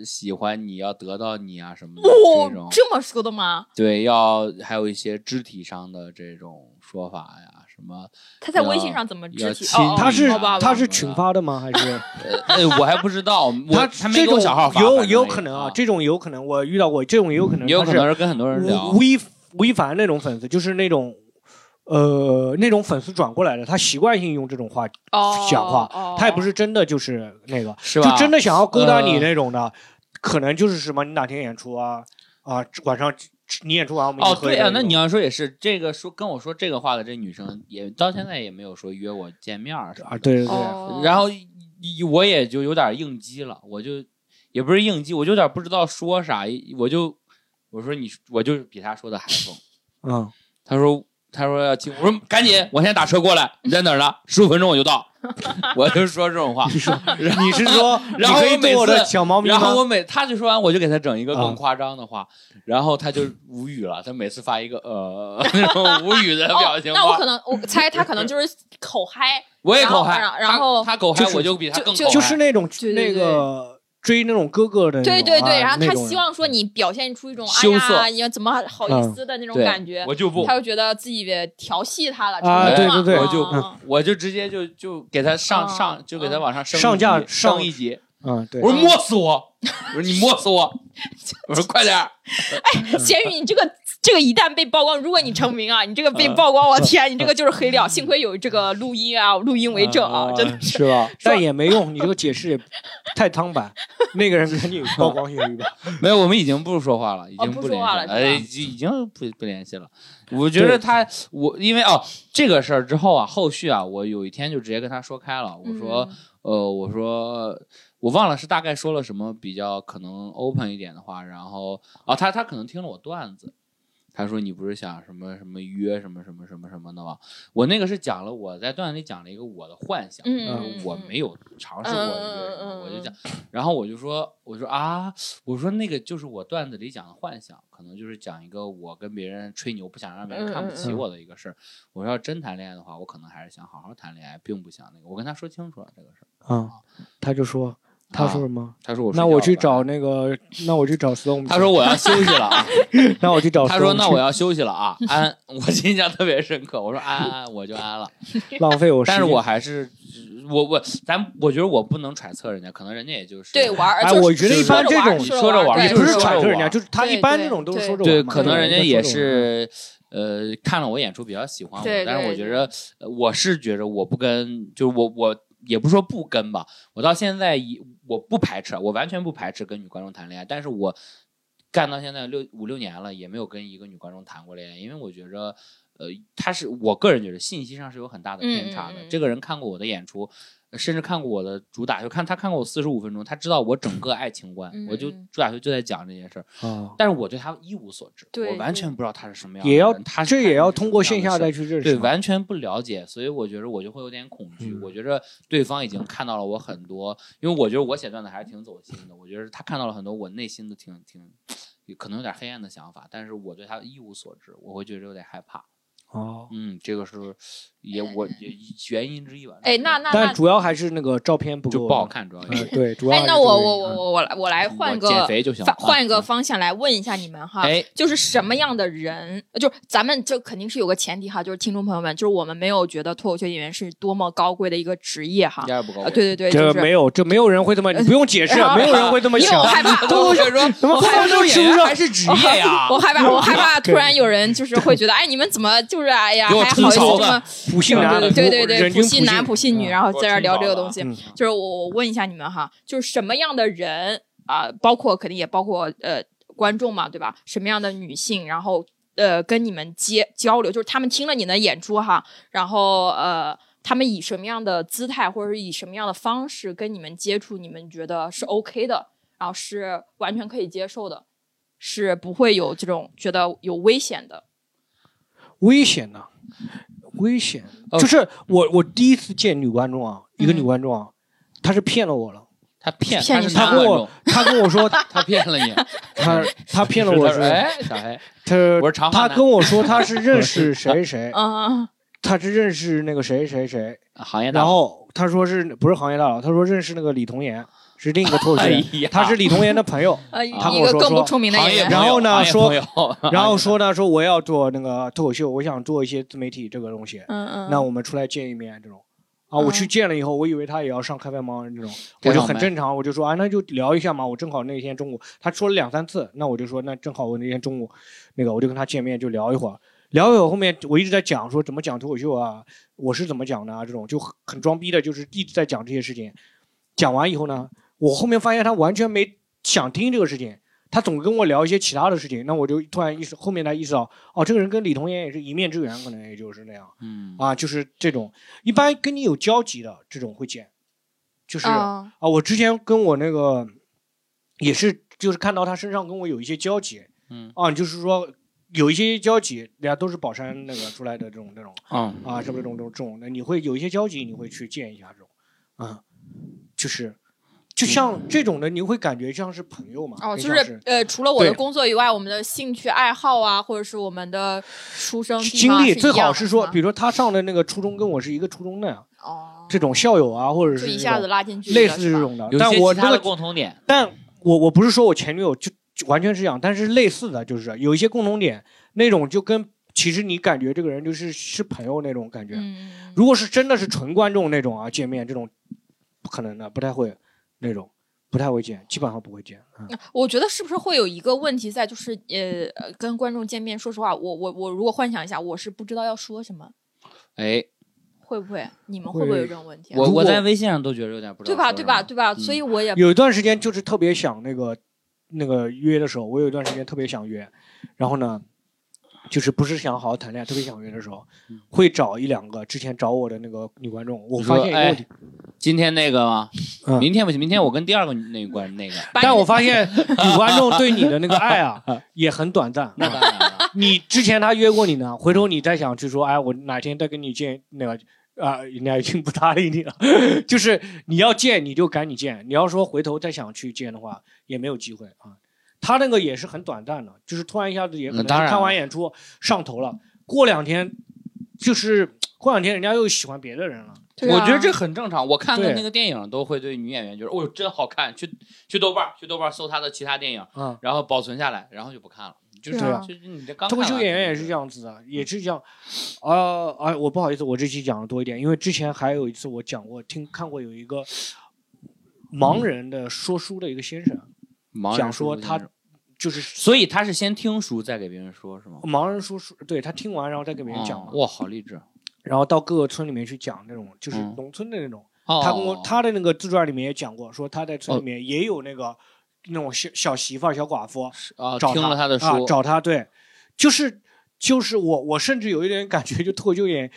[SPEAKER 2] 喜欢你要得到你啊什么的
[SPEAKER 3] 哦
[SPEAKER 2] 这种，，
[SPEAKER 3] 这么说的吗？
[SPEAKER 2] 对，要还有一些肢体上的这种说法呀，什么
[SPEAKER 3] 她在微
[SPEAKER 2] 要
[SPEAKER 3] 信上怎么
[SPEAKER 2] 要
[SPEAKER 3] 肢体？
[SPEAKER 2] 亲
[SPEAKER 3] 哦，哦
[SPEAKER 1] 他是
[SPEAKER 3] 好吧好吧
[SPEAKER 1] 他是群发的吗？还是
[SPEAKER 2] 呃，呃我还还不知道，我还没
[SPEAKER 1] 这
[SPEAKER 2] 给我
[SPEAKER 1] 种
[SPEAKER 2] 小号发，
[SPEAKER 1] 有
[SPEAKER 2] 反正
[SPEAKER 1] 有
[SPEAKER 2] 也
[SPEAKER 1] 可能啊
[SPEAKER 2] 啊，，
[SPEAKER 1] 这种有可能，我遇到过这种有可能，
[SPEAKER 2] 也有可能是跟很多人聊
[SPEAKER 1] 吴吴亦吴亦凡那种粉丝，就是那种呃那种粉丝转过来的，他习惯性用这种话
[SPEAKER 3] 哦，
[SPEAKER 1] 讲话，
[SPEAKER 3] 哦
[SPEAKER 1] 他也不是真的就是那个，
[SPEAKER 2] 是吧？
[SPEAKER 1] 就真的想要勾搭你
[SPEAKER 2] 呃
[SPEAKER 1] 那种的，可能就是什么你哪天演出啊啊晚上你演出完我们一起
[SPEAKER 2] 哦，
[SPEAKER 1] 喝
[SPEAKER 2] 对啊，
[SPEAKER 1] 一杯
[SPEAKER 2] 那你要说也是，这个说跟我说这个话的这女生也到现在也没有说约我见面儿什么
[SPEAKER 1] 啊
[SPEAKER 2] 的。
[SPEAKER 1] 对对对，
[SPEAKER 3] 哦
[SPEAKER 2] 然后一一我也就有点应激了，我就也不是应激，我就有点不知道说啥，一我就我说你我就比他说 的还疯。
[SPEAKER 1] 嗯
[SPEAKER 2] 他说他说要进，我说赶紧，我现在打车过来，你在哪儿呢？十五分钟我就到。 我就说这种话，
[SPEAKER 1] 你是说
[SPEAKER 2] 然后
[SPEAKER 1] 你可以
[SPEAKER 2] 我每
[SPEAKER 1] 做我的
[SPEAKER 2] 次
[SPEAKER 1] 小猫咪
[SPEAKER 2] 然后
[SPEAKER 1] 吗？
[SPEAKER 2] 我每他就说完，我就给他整一个
[SPEAKER 1] 啊
[SPEAKER 2] 更夸张的话，然后他就无语了。他每次发一个呃 那种无语的表情
[SPEAKER 3] 哦。那我
[SPEAKER 2] 包，
[SPEAKER 3] 可能 我猜他可能就是口嗨，
[SPEAKER 2] 我也口嗨，
[SPEAKER 3] 然后然后
[SPEAKER 2] 他他口嗨
[SPEAKER 1] 就，是
[SPEAKER 2] 我就比他更口
[SPEAKER 3] 我
[SPEAKER 2] 嗨，
[SPEAKER 1] 就是那种
[SPEAKER 3] 对
[SPEAKER 1] 那
[SPEAKER 3] 对
[SPEAKER 1] 个追那种哥哥的那种啊，
[SPEAKER 3] 对对对，然后
[SPEAKER 1] 那
[SPEAKER 3] 他
[SPEAKER 1] 种嗯人
[SPEAKER 3] 希望说你表现出一种哎
[SPEAKER 2] 羞
[SPEAKER 3] 呀，
[SPEAKER 2] 涩
[SPEAKER 3] 你要怎么好意
[SPEAKER 1] 嗯
[SPEAKER 3] 思的那种
[SPEAKER 2] 对
[SPEAKER 3] 感觉，
[SPEAKER 2] 我就不
[SPEAKER 3] 他，就觉得自己调戏他了，
[SPEAKER 1] 啊
[SPEAKER 3] 成功了
[SPEAKER 1] 对对对
[SPEAKER 2] 我就
[SPEAKER 3] 嗯
[SPEAKER 2] 我就直接就就给他上
[SPEAKER 3] 啊
[SPEAKER 2] 上，就给他往上升
[SPEAKER 1] 上
[SPEAKER 2] 一
[SPEAKER 1] 架
[SPEAKER 2] 级
[SPEAKER 1] 上
[SPEAKER 2] 升一级。
[SPEAKER 1] 嗯对
[SPEAKER 2] 我。说摸死我，我说你摸死我，我说快点儿，
[SPEAKER 1] 嗯
[SPEAKER 3] 咸鱼，你这个这个一旦被曝光，如果你成名啊，你这个被
[SPEAKER 2] 嗯
[SPEAKER 3] 曝光，
[SPEAKER 1] 嗯
[SPEAKER 3] 我天，你这个就是黑料。幸亏有这个录音啊，录音为证啊，
[SPEAKER 2] 嗯
[SPEAKER 3] 真的是。
[SPEAKER 2] 是 吧？
[SPEAKER 1] 但也没用，你这个解释也太苍 白。嗯那个人肯定有曝光性欲吧？
[SPEAKER 2] 没有，我们已经不说话了，已
[SPEAKER 3] 哦
[SPEAKER 2] 经
[SPEAKER 3] 不
[SPEAKER 2] 联
[SPEAKER 3] 说
[SPEAKER 2] 系
[SPEAKER 3] 话了
[SPEAKER 2] 哎，
[SPEAKER 3] 是
[SPEAKER 2] 已
[SPEAKER 3] 吧
[SPEAKER 2] 经已经不不联系了。我觉得他，我因为哦这个事儿之后啊，后续啊，我有一天就直接跟他说开了，我
[SPEAKER 3] 嗯
[SPEAKER 2] 说、呃，我说我忘了是大概说了什么比较可能 open 一点的话，然后啊，他他可能听了我段子。他说：“你不是想什么什么约什么什么什么什么的吗？我那个是讲了我在段子里讲了一个我的幻想，
[SPEAKER 3] 嗯
[SPEAKER 2] 然后我没有尝试过约什么，
[SPEAKER 3] 嗯嗯嗯嗯
[SPEAKER 2] 我就讲，然后我就说我说啊，我说那个就是我段子里讲的幻想，可能就是讲一个我跟别人吹牛，不想让别人看不
[SPEAKER 1] 嗯
[SPEAKER 2] 起
[SPEAKER 1] 嗯嗯
[SPEAKER 2] 我的一个事儿。我说要真谈恋爱的话，我可能还是想好好谈恋爱，并不想那个。我跟他说清楚了这个事儿。
[SPEAKER 1] 嗯，他就说，他说什么？
[SPEAKER 2] 他啊说我
[SPEAKER 1] 那
[SPEAKER 2] 睡
[SPEAKER 1] 我
[SPEAKER 2] 觉
[SPEAKER 1] 去
[SPEAKER 2] 吧
[SPEAKER 1] 找那个，那我去找 Storm 去。
[SPEAKER 2] 他说我要休息了啊，
[SPEAKER 1] 那我去 找 Storm 去。
[SPEAKER 2] 他说那我要休息了啊，安，我印象特别深刻。我说安安安，我就安了。
[SPEAKER 1] 浪费我时
[SPEAKER 2] 但
[SPEAKER 1] 间。
[SPEAKER 2] 是我还是我我咱我觉得我不能揣测人家，可能人家也就是
[SPEAKER 3] 对玩儿，
[SPEAKER 1] 哎
[SPEAKER 3] 就是
[SPEAKER 1] 我觉得一般这种
[SPEAKER 3] 说
[SPEAKER 2] 说着玩儿
[SPEAKER 3] 对
[SPEAKER 1] 也不是
[SPEAKER 2] 就是
[SPEAKER 1] 揣测人
[SPEAKER 2] 说
[SPEAKER 1] 家，
[SPEAKER 2] 我
[SPEAKER 1] 就是他一
[SPEAKER 3] 对
[SPEAKER 1] 般
[SPEAKER 3] 对
[SPEAKER 1] 这种都是
[SPEAKER 3] 对
[SPEAKER 1] 说着
[SPEAKER 2] 对，
[SPEAKER 1] 玩嘛
[SPEAKER 2] 可能人家
[SPEAKER 1] 说着嗯
[SPEAKER 2] 也
[SPEAKER 1] 玩
[SPEAKER 2] 是，呃，看了我演出比较喜欢我，
[SPEAKER 3] 对
[SPEAKER 2] 但是
[SPEAKER 3] 对
[SPEAKER 2] 我觉
[SPEAKER 3] 对
[SPEAKER 2] 着，呃我是觉着我不跟，就是我我也不说不跟吧，我到现在也我不排斥，我完全不排斥跟女观众谈恋爱，但是我干到现在六五六年了，也没有跟一个女观众谈过恋爱，因为我觉着。呃，他是我个人觉得信息上是有很大的偏差的。
[SPEAKER 3] 嗯嗯嗯
[SPEAKER 2] 这个人看过我的演出，呃甚至看过我的主打秀，看他看过我四十五分钟，他知道我整个爱情观。我就
[SPEAKER 3] 嗯嗯
[SPEAKER 2] 主打秀就在讲这件事儿，
[SPEAKER 1] 啊，
[SPEAKER 2] 但是我对他一无所知，
[SPEAKER 3] 对
[SPEAKER 2] 我完全不知道他是什么样的
[SPEAKER 1] 也
[SPEAKER 2] 人，
[SPEAKER 1] 要
[SPEAKER 2] 他是
[SPEAKER 1] 这也要通过
[SPEAKER 2] 看
[SPEAKER 1] 线
[SPEAKER 2] 人是
[SPEAKER 1] 下
[SPEAKER 2] 什么
[SPEAKER 1] 再
[SPEAKER 2] 样的
[SPEAKER 1] 去认
[SPEAKER 2] 事
[SPEAKER 1] 识
[SPEAKER 2] 对
[SPEAKER 1] 嘛。
[SPEAKER 2] 完全不了解，所以我觉得我就会有点恐惧。
[SPEAKER 1] 嗯
[SPEAKER 2] 我觉着对方已经看到了我很多，因为我觉得我写段子还是挺走心的，我觉得他看到了很多我内心的挺挺可能有点黑暗的想法，但是我对他一无所知，我会觉得有点害怕。
[SPEAKER 1] 哦，
[SPEAKER 2] 嗯，这个是也我也原因之一吧。
[SPEAKER 3] 哎，那那
[SPEAKER 1] 但
[SPEAKER 3] 那
[SPEAKER 1] 主要还是那个照片不够
[SPEAKER 2] 就不好。看，主要
[SPEAKER 1] 嗯
[SPEAKER 2] 是。
[SPEAKER 1] 对， 主要还
[SPEAKER 3] 哎
[SPEAKER 1] 是，
[SPEAKER 3] 那
[SPEAKER 1] 这个嗯原
[SPEAKER 3] 我我
[SPEAKER 1] 因
[SPEAKER 3] 我我我来我来换
[SPEAKER 2] 我减
[SPEAKER 3] 个
[SPEAKER 2] 肥就行了啊，
[SPEAKER 3] 换换一个
[SPEAKER 2] 嗯
[SPEAKER 3] 方向来问一下你们哈，
[SPEAKER 2] 哎，
[SPEAKER 3] 就是什么样的人，呃就是咱们这肯定是有个前提哈，就是听众朋友们，就是我们没有觉得脱口秀演员是多么高贵的一个职业哈
[SPEAKER 2] 第，二不高
[SPEAKER 3] 啊，。对对对，
[SPEAKER 1] 这
[SPEAKER 3] 就是
[SPEAKER 1] 没有，这没有人会这么，你不用解释，啊
[SPEAKER 3] 然后
[SPEAKER 1] 没有人会这么
[SPEAKER 3] 因为
[SPEAKER 1] 想啊
[SPEAKER 3] 我。害怕，？
[SPEAKER 2] 都是说，
[SPEAKER 1] 怎么
[SPEAKER 2] 我还
[SPEAKER 1] 都
[SPEAKER 2] 是
[SPEAKER 1] 吃
[SPEAKER 2] 演
[SPEAKER 1] 不
[SPEAKER 2] 员
[SPEAKER 1] 上
[SPEAKER 2] 还是职业呀
[SPEAKER 3] 我害怕，我害怕，突然有人就是会觉得，哎，你们怎么就是哎呀，
[SPEAKER 2] 给我
[SPEAKER 3] 还
[SPEAKER 2] 吐
[SPEAKER 3] 好意思
[SPEAKER 2] 槽
[SPEAKER 3] 这
[SPEAKER 2] 的
[SPEAKER 3] 么
[SPEAKER 1] 普信
[SPEAKER 2] 啊
[SPEAKER 1] 男，
[SPEAKER 3] 对对对对，
[SPEAKER 1] 人均
[SPEAKER 3] 信男普信女，然后在这儿聊这个东西，
[SPEAKER 1] 嗯
[SPEAKER 3] 就是我我问一下你们哈，就是什么样的人啊、包括肯定也包括呃观众嘛，对吧？什么样的女性，然后呃跟你们接交流，就是他们听了你的演出哈，然后呃他们以什么样的姿态或者是以什么样的方式跟你们接触，你们觉得是 OK 的，然后是完全可以接受的，是不会有这种觉得有危险的。
[SPEAKER 1] 危险呢、危险
[SPEAKER 2] 哦
[SPEAKER 1] 就是我我第一次见女观众啊，一个
[SPEAKER 3] 嗯
[SPEAKER 1] 女观众啊，她是骗了我了，
[SPEAKER 2] 他骗，
[SPEAKER 3] 骗
[SPEAKER 2] 他
[SPEAKER 3] 你
[SPEAKER 2] 是
[SPEAKER 3] 啥
[SPEAKER 2] 男观
[SPEAKER 1] 我
[SPEAKER 2] 众，
[SPEAKER 1] 她跟我 说
[SPEAKER 2] 他骗了你。
[SPEAKER 1] 她她骗了我
[SPEAKER 2] 他
[SPEAKER 1] 是
[SPEAKER 2] 说哎，小黑，
[SPEAKER 1] 她
[SPEAKER 2] 我是长
[SPEAKER 1] 她
[SPEAKER 2] 发男
[SPEAKER 1] 跟我说她 是认识谁谁，
[SPEAKER 3] 嗯，
[SPEAKER 1] 她是认识那个谁谁谁，
[SPEAKER 2] 行业大
[SPEAKER 1] 然
[SPEAKER 2] 佬。
[SPEAKER 1] 后她说是不是行业大佬，她说认识那个李童岩，是另一个脱口秀
[SPEAKER 2] 哎
[SPEAKER 1] 演员，
[SPEAKER 2] 呀，哎
[SPEAKER 1] 她是李童岩的朋 友，
[SPEAKER 3] 呃，
[SPEAKER 2] 他
[SPEAKER 1] 跟
[SPEAKER 3] 一
[SPEAKER 1] 我
[SPEAKER 3] 个
[SPEAKER 1] 说
[SPEAKER 3] 更不
[SPEAKER 1] 说
[SPEAKER 3] 出名的
[SPEAKER 2] 行
[SPEAKER 3] 演
[SPEAKER 2] 业
[SPEAKER 3] 员
[SPEAKER 2] 朋友
[SPEAKER 1] 然后呢
[SPEAKER 2] 行业
[SPEAKER 1] 说
[SPEAKER 2] 朋友
[SPEAKER 1] 然后说呢说我也要做那个脱口秀，我想做一些自媒体这个东西，
[SPEAKER 3] 嗯嗯，
[SPEAKER 1] 那我们出来见一面这种。啊，我
[SPEAKER 3] 嗯
[SPEAKER 1] 去见了以后，我以为他也要上开饭帮这种，
[SPEAKER 2] 给
[SPEAKER 1] 我就
[SPEAKER 2] 好
[SPEAKER 1] 很
[SPEAKER 2] 麦
[SPEAKER 1] 正常，我就说啊，那就聊一下嘛。我正好那天中午，他说了两三次，那我就说那正好我那天中午，那个我就跟他见面就聊一会儿，聊一会儿后面我一直在讲说怎么讲脱口秀啊，我是怎么讲的啊，这种就很很装逼的，就是一直在讲这些事情。讲完以后呢，我后面发现他完全没想听这个事情，他总跟我聊一些其他的事情，那我就突然意识，后面才意识到，哦，这个人跟李童岩也是一面之缘，可能也就是那样。
[SPEAKER 2] 嗯
[SPEAKER 1] 啊，就是这种一般跟你有交集的这种会见，就是、
[SPEAKER 3] 啊
[SPEAKER 1] 啊，我之前跟我那个也是，就是看到他身上跟我有一些交集
[SPEAKER 2] 嗯
[SPEAKER 1] 啊，就是说有一些交集，人家都是宝山那个出来的这种这种
[SPEAKER 2] 嗯
[SPEAKER 1] 啊，什么这种这种这种的，你会有一些交集，你会去见一下这种，啊，就是就像这种的，你会感觉像是朋友嘛，
[SPEAKER 3] 哦，
[SPEAKER 1] 更
[SPEAKER 3] 就
[SPEAKER 1] 像
[SPEAKER 3] 是呃，除了我的
[SPEAKER 1] 对
[SPEAKER 3] 工作以外，我们的兴趣爱好啊，或者是我们的出生地
[SPEAKER 1] 经
[SPEAKER 3] 方
[SPEAKER 1] 历，
[SPEAKER 3] 是一
[SPEAKER 1] 最好
[SPEAKER 3] 样
[SPEAKER 1] 是
[SPEAKER 3] 的
[SPEAKER 1] 说，
[SPEAKER 3] 吗
[SPEAKER 1] 比如说他上的那个初中跟我是一个初中的，
[SPEAKER 3] 哦，
[SPEAKER 1] 这种校友啊，或者
[SPEAKER 3] 就是一
[SPEAKER 1] 这
[SPEAKER 3] 下
[SPEAKER 1] 种
[SPEAKER 3] 子拉近距离
[SPEAKER 1] 类
[SPEAKER 3] 了
[SPEAKER 1] 似
[SPEAKER 3] 是
[SPEAKER 1] 这
[SPEAKER 3] 吧嗯
[SPEAKER 1] 种的
[SPEAKER 2] 有，
[SPEAKER 1] 但
[SPEAKER 2] 些
[SPEAKER 1] 我
[SPEAKER 2] 其他
[SPEAKER 1] 那
[SPEAKER 2] 的
[SPEAKER 1] 个，
[SPEAKER 2] 共同点，
[SPEAKER 1] 但我我不是说我前女友就就完全是这样，但是类似的就是有一些共同点，那种就跟其实你感觉这个人就是是朋友那种感觉。
[SPEAKER 3] 嗯，嗯
[SPEAKER 1] 如果是真的是纯观众那种啊，见面这种不可能的，不太会那种，不太会见，基本上不会见。嗯
[SPEAKER 3] 嗯我觉得是不是会有一个问题在，就是呃，呃跟观众见面，说实话，我我我如果幻想一下，我是不知道要说什么，
[SPEAKER 2] 哎，
[SPEAKER 3] 会不会你们会不会有这种问题、啊？
[SPEAKER 2] 我
[SPEAKER 1] 如果
[SPEAKER 2] 我在微信上都觉得有点不知
[SPEAKER 3] 对
[SPEAKER 2] 道
[SPEAKER 3] 吧？
[SPEAKER 2] 说
[SPEAKER 3] 对
[SPEAKER 2] 什
[SPEAKER 3] 吧？
[SPEAKER 2] 么
[SPEAKER 3] 对吧？
[SPEAKER 2] 嗯
[SPEAKER 3] 所以我也
[SPEAKER 1] 有一段时间就是特别想那个那个约的时候，我有一段时间特别想约，然后呢，就是不是想好好谈恋爱，特别想约的时候
[SPEAKER 2] 嗯，
[SPEAKER 1] 会找一两个之前找我的那个女观众，我
[SPEAKER 2] 你
[SPEAKER 1] 发
[SPEAKER 2] 说
[SPEAKER 1] 现
[SPEAKER 2] 哎
[SPEAKER 1] 一个问题，
[SPEAKER 2] 今天那个吗？
[SPEAKER 1] 嗯
[SPEAKER 2] 明天不行，明天我跟第二个那关 那个，
[SPEAKER 3] 把
[SPEAKER 1] 但
[SPEAKER 3] 你
[SPEAKER 1] 我发现女观众对你的那个爱啊， 也很短暂。
[SPEAKER 2] 那当然了，
[SPEAKER 1] 你之前她约过你呢，回头你再想去说，哎，我哪天再跟你见那个。啊、人家已经不搭理你了。 就是你要见你就赶紧见，你要说回头再想去见的话，也没有机会啊。他那个也是很短暂的，就是突然一下子也可能
[SPEAKER 2] 嗯当然
[SPEAKER 1] 是看
[SPEAKER 2] 了
[SPEAKER 1] 完演出上头了，过两天就是过两天人家又喜欢别的人了。
[SPEAKER 3] 对
[SPEAKER 2] 我
[SPEAKER 3] 啊
[SPEAKER 2] 觉得这很正常。我看过
[SPEAKER 1] 对
[SPEAKER 2] 那个电影，都会对女演员就是，哦呦真好看，去去豆瓣儿去豆瓣儿搜她的其他电影，
[SPEAKER 1] 嗯
[SPEAKER 2] 然后保存下来，然后就不看了。就是
[SPEAKER 3] 对啊
[SPEAKER 2] 就是你这刚
[SPEAKER 1] 脱口秀演员也是这
[SPEAKER 2] 样，
[SPEAKER 1] 样子的，
[SPEAKER 2] 嗯
[SPEAKER 1] 也是这样。呃，啊，我不好意思，我这期讲的多一点，因为之前还有一次我讲过，听看过有一个盲
[SPEAKER 2] 嗯
[SPEAKER 1] 人的说书的一个先生，
[SPEAKER 2] 盲人
[SPEAKER 1] 想说
[SPEAKER 2] 书
[SPEAKER 1] 他
[SPEAKER 2] 先生
[SPEAKER 1] 就是
[SPEAKER 2] 所以他是先听书再给别人说，是吗？
[SPEAKER 1] 盲人说书，对他听完然后再 给别人讲
[SPEAKER 2] 哦
[SPEAKER 1] 嘛，
[SPEAKER 2] 哇，好励志！
[SPEAKER 1] 然后到各个村里面去讲那种就是
[SPEAKER 2] 嗯
[SPEAKER 1] 农村的那种。
[SPEAKER 2] 哦
[SPEAKER 1] 他跟我他的那个自传里面也讲过，说他在村里面也有那个那种小小媳妇儿、小寡妇，
[SPEAKER 2] 啊，
[SPEAKER 1] 找
[SPEAKER 2] 听了他的
[SPEAKER 1] 啊
[SPEAKER 2] 书，，
[SPEAKER 1] 找他对，就是就是我我甚至有一点感觉，就脱口秀演员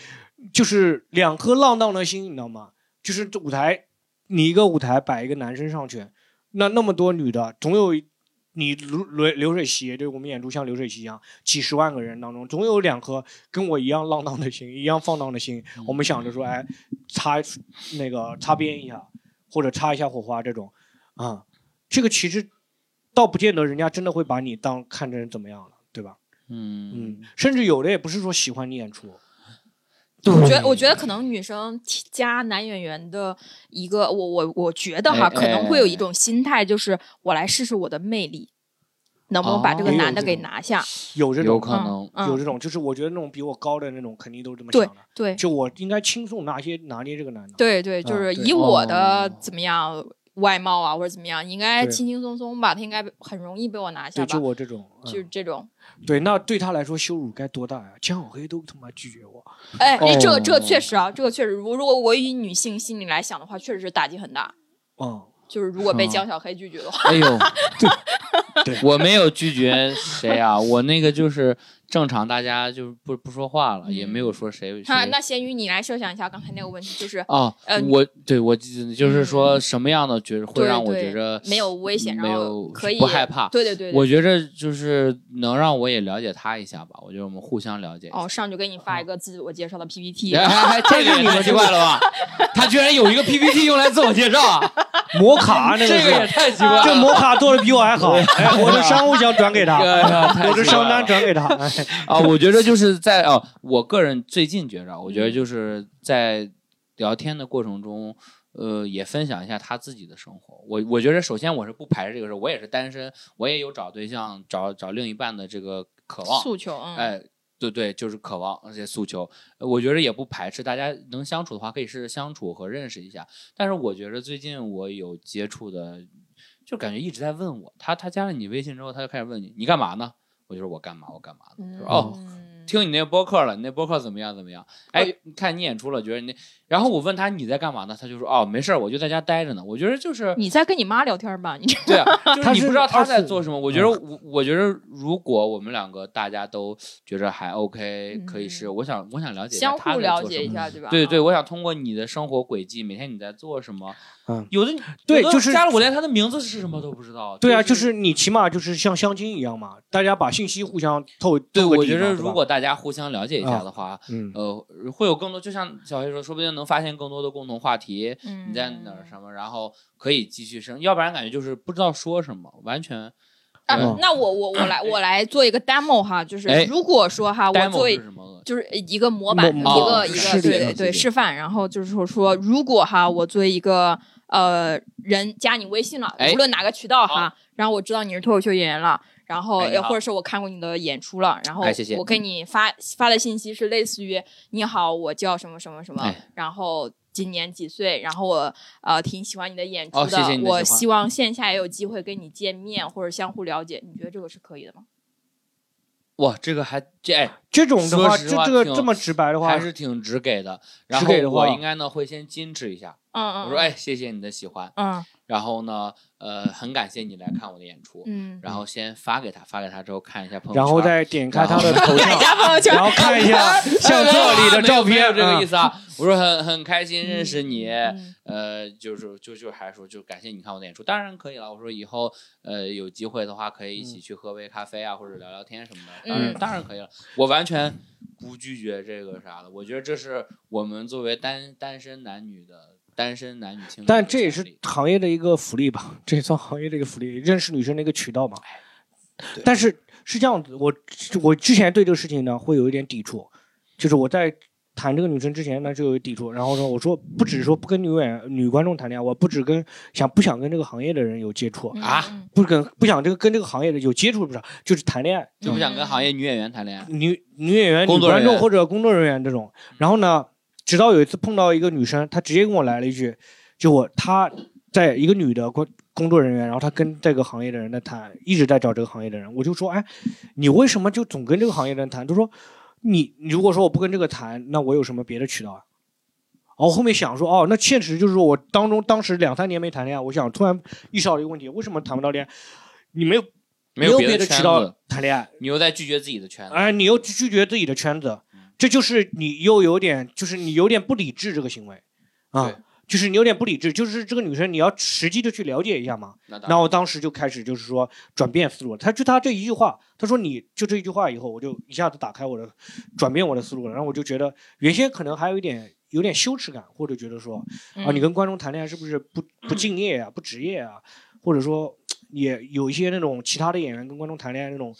[SPEAKER 1] 就是两颗浪荡的心，你知道吗？就是这舞台，你一个舞台摆一个男生上去，那那么多女的，总有一你流流流水席，对我们演出像流水席一样，几十万个人当中，总有两颗跟我一样浪荡的心，一样放荡的心。我们想着说，哎，擦那个擦边一下，或者擦一下火花这种，啊、这个其实倒不见得人家真的会把你当看成怎么样了，对吧？
[SPEAKER 2] 嗯
[SPEAKER 1] 嗯，甚至有的也不是说喜欢你演出，嗯
[SPEAKER 3] 我觉得，我觉得可能女生替加男演员的一个，我我我觉得哈，
[SPEAKER 2] 哎
[SPEAKER 3] 可能会有一种心态，就是我来试试我的魅力，能不能把这个
[SPEAKER 1] 哦
[SPEAKER 3] 男的给拿下？
[SPEAKER 1] 有这
[SPEAKER 2] 有
[SPEAKER 1] 种
[SPEAKER 2] 可能
[SPEAKER 3] 嗯
[SPEAKER 1] 有这种，就是我觉得那种比我高的那种肯定都这么
[SPEAKER 3] 对
[SPEAKER 1] 想的，
[SPEAKER 3] 对
[SPEAKER 1] 就我应该轻松拿些拿捏这个男的。
[SPEAKER 3] 对对，就
[SPEAKER 1] 啊
[SPEAKER 3] 是
[SPEAKER 1] 对
[SPEAKER 3] 以我的
[SPEAKER 2] 哦
[SPEAKER 3] 怎么样外貌啊，或者怎么样，应该
[SPEAKER 1] 对
[SPEAKER 3] 轻轻松松吧，他应该很容易被我拿下
[SPEAKER 1] 对，就
[SPEAKER 3] 吧。
[SPEAKER 1] 我这种，嗯
[SPEAKER 3] 就是这种，
[SPEAKER 1] 对，那对他来说羞辱该多大呀！江小黑都他妈拒绝我，
[SPEAKER 3] 哎，哎这个这个
[SPEAKER 2] 哦
[SPEAKER 3] 确实啊，这个确实，如如果我以女性心理来想的话，确实是打击很大。
[SPEAKER 1] 嗯，
[SPEAKER 3] 就是如果被
[SPEAKER 2] 是吗
[SPEAKER 3] 江小黑拒绝的 话，
[SPEAKER 2] 哎呦，
[SPEAKER 1] 对
[SPEAKER 2] 我没有拒绝 谁啊，我那个就是正常，大家就是不不说话了，也
[SPEAKER 3] 嗯
[SPEAKER 2] 没有说谁。
[SPEAKER 3] 那
[SPEAKER 2] 谁
[SPEAKER 3] 那咸鱼，你来设想一下刚才那个问题，就是
[SPEAKER 2] 哦
[SPEAKER 3] 呃，嗯
[SPEAKER 2] 我对我记就是说什么样的觉会
[SPEAKER 3] 对
[SPEAKER 2] 让我
[SPEAKER 3] 对
[SPEAKER 2] 觉着
[SPEAKER 3] 没有危险，
[SPEAKER 2] 嗯没
[SPEAKER 3] 然
[SPEAKER 2] 有
[SPEAKER 3] 后可以
[SPEAKER 2] 不害怕。
[SPEAKER 3] 对对对，对
[SPEAKER 2] 我觉着就是能让我也了解他一下吧，我觉得我们互相了解一下。
[SPEAKER 3] 哦，上去给你发一个自我介绍的 PPT，
[SPEAKER 2] 哎，哎哎这个也太奇怪了 吧？他居然有一个 PPT 用来自我介绍啊，
[SPEAKER 1] 摩 卡那
[SPEAKER 2] 这
[SPEAKER 1] 个
[SPEAKER 2] 个也
[SPEAKER 1] 是，
[SPEAKER 2] 太奇怪了。
[SPEAKER 1] 这摩卡做的比我还好，哎，我的商务奖转给 他，
[SPEAKER 2] 我
[SPEAKER 1] 我的商单转给他，哎
[SPEAKER 2] 啊，我觉得就是在哦，我个人最近觉着，我觉得就是在聊天的过程中，呃，也分享一下他自己的生活。我我觉得首先我是不排斥这个事儿，我也是单身，我也有找对象、找找另一半的这个渴望。
[SPEAKER 3] 诉求，嗯，
[SPEAKER 2] 哎，对对，就是渴望这些诉求，呃我觉得也不排斥，大家能相处的话可以试着相处和认识一下。但是我觉得最近我有接触的，就感觉一直在问我，他他加了你微信之后，他就开始问你你干嘛呢？我就说我干嘛我干嘛呢？
[SPEAKER 3] 嗯
[SPEAKER 2] 说哦，听你那个播客了，你那播客怎么样怎么样？
[SPEAKER 1] 呃
[SPEAKER 2] 哎，看你演出了，觉得你那……然后我问他你在干嘛呢？他就说哦没事儿，我就在家待着呢。我觉 得就是
[SPEAKER 3] 你在跟你妈聊天吧？你这
[SPEAKER 2] 对啊，就是
[SPEAKER 1] 他
[SPEAKER 2] 你
[SPEAKER 1] 是哦
[SPEAKER 2] 不知道他
[SPEAKER 1] 24
[SPEAKER 2] 在做什么。我觉得我，我觉得如果我们两个大家都觉着还 OK，可以
[SPEAKER 1] 嗯
[SPEAKER 2] 是，我想我想了解一下
[SPEAKER 3] 相
[SPEAKER 2] 他
[SPEAKER 3] 互
[SPEAKER 2] 在
[SPEAKER 3] 了
[SPEAKER 2] 做
[SPEAKER 3] 解
[SPEAKER 2] 什
[SPEAKER 3] 一
[SPEAKER 2] 么。
[SPEAKER 3] 下，对吧？
[SPEAKER 2] 对对，我想通过你的生活轨迹，每天你在做什么？
[SPEAKER 1] 嗯
[SPEAKER 2] 有的
[SPEAKER 1] 对
[SPEAKER 2] 有的
[SPEAKER 1] 就是
[SPEAKER 2] 加了我连他的名字是什么都不知道。
[SPEAKER 1] 对啊，就是你起码就是像相亲一样嘛，大家把信息互相透。
[SPEAKER 2] 对，
[SPEAKER 1] 透个
[SPEAKER 2] 我
[SPEAKER 1] 底
[SPEAKER 2] 觉
[SPEAKER 1] 嘛
[SPEAKER 2] 得
[SPEAKER 1] 对
[SPEAKER 2] 如
[SPEAKER 1] 吧
[SPEAKER 2] 果大家互相了解一下
[SPEAKER 1] 啊
[SPEAKER 2] 的话，
[SPEAKER 1] 嗯，
[SPEAKER 2] 呃，会有更多，就像小黑说，说不定能发现更多的共同话题。
[SPEAKER 3] 嗯，
[SPEAKER 2] 你在哪儿什么，然后可以继续生，要不然感觉就是不知道说什么，完全
[SPEAKER 3] 啊
[SPEAKER 1] 嗯？
[SPEAKER 3] 那我我我来我来做一个 demo 哈，就是
[SPEAKER 2] 哎
[SPEAKER 3] 如果说哈，我
[SPEAKER 2] demo
[SPEAKER 3] 做
[SPEAKER 2] 是什么？
[SPEAKER 3] 就是一个模板，一
[SPEAKER 1] 模
[SPEAKER 2] 哦
[SPEAKER 3] 个一
[SPEAKER 2] 示
[SPEAKER 3] 个
[SPEAKER 2] 例嘛
[SPEAKER 3] 对对对
[SPEAKER 2] 示例
[SPEAKER 3] 示范，然后就是说说，如果哈，我作为一个呃人加你微信了
[SPEAKER 2] 哎，
[SPEAKER 3] 无论哪个渠道哈，然后我知道你是脱口秀演员了。然后，
[SPEAKER 2] 哎你
[SPEAKER 3] 呃
[SPEAKER 2] 好
[SPEAKER 3] 或者是我看过你的演出了，然后
[SPEAKER 2] 哎谢谢
[SPEAKER 3] 我给你发发的信息是类似于“你好，我叫什么什么什么
[SPEAKER 2] 哎，
[SPEAKER 3] 然后今年几岁，然后我呃挺喜欢你的演出
[SPEAKER 2] 哦谢谢你的
[SPEAKER 3] 我
[SPEAKER 2] 喜欢
[SPEAKER 3] 希望线下也有机会跟你见面或者相互了解。”你觉得这个是可以的吗？
[SPEAKER 2] 哇，这个还这哎
[SPEAKER 1] 这种的话，
[SPEAKER 2] 说
[SPEAKER 1] 就
[SPEAKER 2] 实话
[SPEAKER 1] 这个
[SPEAKER 2] 挺
[SPEAKER 1] 这么直白的话
[SPEAKER 2] 还，是挺直给的。然
[SPEAKER 1] 直
[SPEAKER 2] 后
[SPEAKER 1] 给的
[SPEAKER 2] 我
[SPEAKER 1] 话
[SPEAKER 2] 应该呢会先矜持一下，
[SPEAKER 3] 嗯嗯，
[SPEAKER 2] 我说哎，谢谢你的喜欢，
[SPEAKER 3] 嗯
[SPEAKER 2] 然后呢，呃，很感谢你来看我的演出，
[SPEAKER 3] 嗯，
[SPEAKER 2] 然后先发给他，发给他之后看一下朋友圈，
[SPEAKER 1] 然后再点开他的 头
[SPEAKER 3] 看
[SPEAKER 1] 像
[SPEAKER 3] 一，下朋友圈
[SPEAKER 1] 然，后看一下相册里的照
[SPEAKER 2] 哎没
[SPEAKER 1] 片，
[SPEAKER 2] 有
[SPEAKER 1] 嗯
[SPEAKER 2] 没有这个意
[SPEAKER 1] 思。
[SPEAKER 2] 思啊。我说很很开心认识你，
[SPEAKER 3] 嗯
[SPEAKER 2] 呃，就是就就还说就感谢你看我的演出，当然可以了。我说以后呃有机会的话，可以一
[SPEAKER 1] 嗯
[SPEAKER 2] 起去喝杯咖啡啊，或者聊聊天什么的，当然、
[SPEAKER 3] 嗯
[SPEAKER 2] 当然可以了。我完全不拒绝这个啥的，我觉得这是我们作为单单身男女的单身男女情侣的权利，
[SPEAKER 1] 但这嗯也是行业的一个福利吧，这也算行业的一个福利，认识女生的一个渠道嘛。但是是这样子，我我之前对这个事情呢会有一点抵触，就是我在谈这个女生之前呢就有抵触，然后呢我说不只是说不跟女演女观众谈恋爱，我不只跟想不想跟这个行业的人有接触，
[SPEAKER 3] 嗯
[SPEAKER 2] 啊，
[SPEAKER 3] 嗯
[SPEAKER 1] 不跟不想这个跟这个行业的有接触不是，就是谈恋爱，
[SPEAKER 2] 就不想跟行业女演员谈恋爱。
[SPEAKER 1] 女女演员、
[SPEAKER 2] 工
[SPEAKER 1] 女
[SPEAKER 2] 作人
[SPEAKER 1] 观
[SPEAKER 2] 员嗯
[SPEAKER 1] 众或者工作人员这种。然后呢，直到有一次碰到一个女生，她直接跟我来了一句，就我她在一个女的工工作人员，然后她跟这个行业的人在谈，一直在找这个行业的人。我就说，哎，你为什么就总跟这个行业的人谈？她说，你你如果说我不跟这个谈，那我有什么别的渠道啊？然后后面想说，哦，那现实就是说我当中当时两三年没谈恋爱，我想突然意识到一个问题，为什么谈不到恋爱？你没有
[SPEAKER 2] 有
[SPEAKER 1] 别
[SPEAKER 2] 的
[SPEAKER 1] 渠
[SPEAKER 2] 圈
[SPEAKER 1] 道
[SPEAKER 2] 子，
[SPEAKER 1] 谈恋爱，
[SPEAKER 2] 你又在拒绝自己的圈子。
[SPEAKER 1] 哎，你又拒绝自己的圈子，
[SPEAKER 2] 嗯
[SPEAKER 1] 这就是你又有点，就是你有点不理智这个行为，
[SPEAKER 2] 对
[SPEAKER 1] 啊，就是你有点不理智，就是这个女生你要实际的去了解一下嘛。
[SPEAKER 2] 那当
[SPEAKER 1] 然后我当时就开始就是说转变思路，他就他这一句话，他说你就这一句话以后，我就一下子打开我的，转变我的思路了，然后我就觉得原先可能还有一点有点羞耻感，或者觉得说
[SPEAKER 3] 嗯
[SPEAKER 1] 啊，你跟观众谈恋爱是不是不不敬业啊，不职业啊？或者说，也有一些那种其他的演员跟观众谈恋爱那种，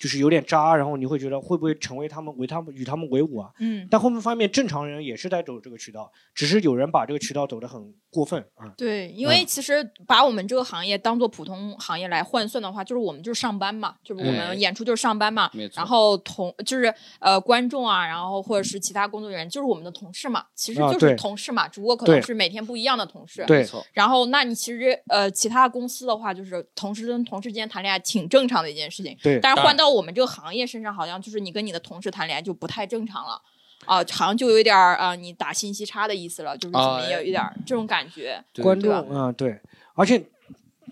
[SPEAKER 1] 就是有点渣，然后你会觉得会不会成为他们为他们与他们为伍啊？
[SPEAKER 3] 嗯，
[SPEAKER 1] 但后面发现正常人也是在走这个渠道，只是有人把这个渠道走得很过分啊。
[SPEAKER 3] 对，因为其实把我们这个行业当做普通行业来换算的话，就是我们就是上班嘛，就是我
[SPEAKER 2] 哎
[SPEAKER 3] 们演出就是上班嘛。
[SPEAKER 2] 没错
[SPEAKER 3] 然后同就是呃观众啊，然后或者是其他工作人员，就是我们的同事嘛，其实
[SPEAKER 1] 啊
[SPEAKER 3] 就是
[SPEAKER 1] 对
[SPEAKER 3] 同事嘛，只不过可能
[SPEAKER 1] 对
[SPEAKER 3] 是每天不一样的同事。
[SPEAKER 2] 没
[SPEAKER 1] 对，
[SPEAKER 2] 错，
[SPEAKER 3] 然后，那你其实呃，其他公司的话，就是同事跟同事之间谈恋爱挺正常的一件事情。
[SPEAKER 1] 对
[SPEAKER 3] 但
[SPEAKER 2] 当
[SPEAKER 3] 是
[SPEAKER 2] 然
[SPEAKER 3] 换到我们这个行业身上，好像就是你跟你的同事谈恋爱就不太正常了，啊、好像就有一点儿啊、呃你打信息差的意思了，就是怎
[SPEAKER 2] 啊
[SPEAKER 3] 么也有一点儿这种感觉。
[SPEAKER 2] 对
[SPEAKER 1] 观
[SPEAKER 2] 对
[SPEAKER 1] 众啊、对，而且，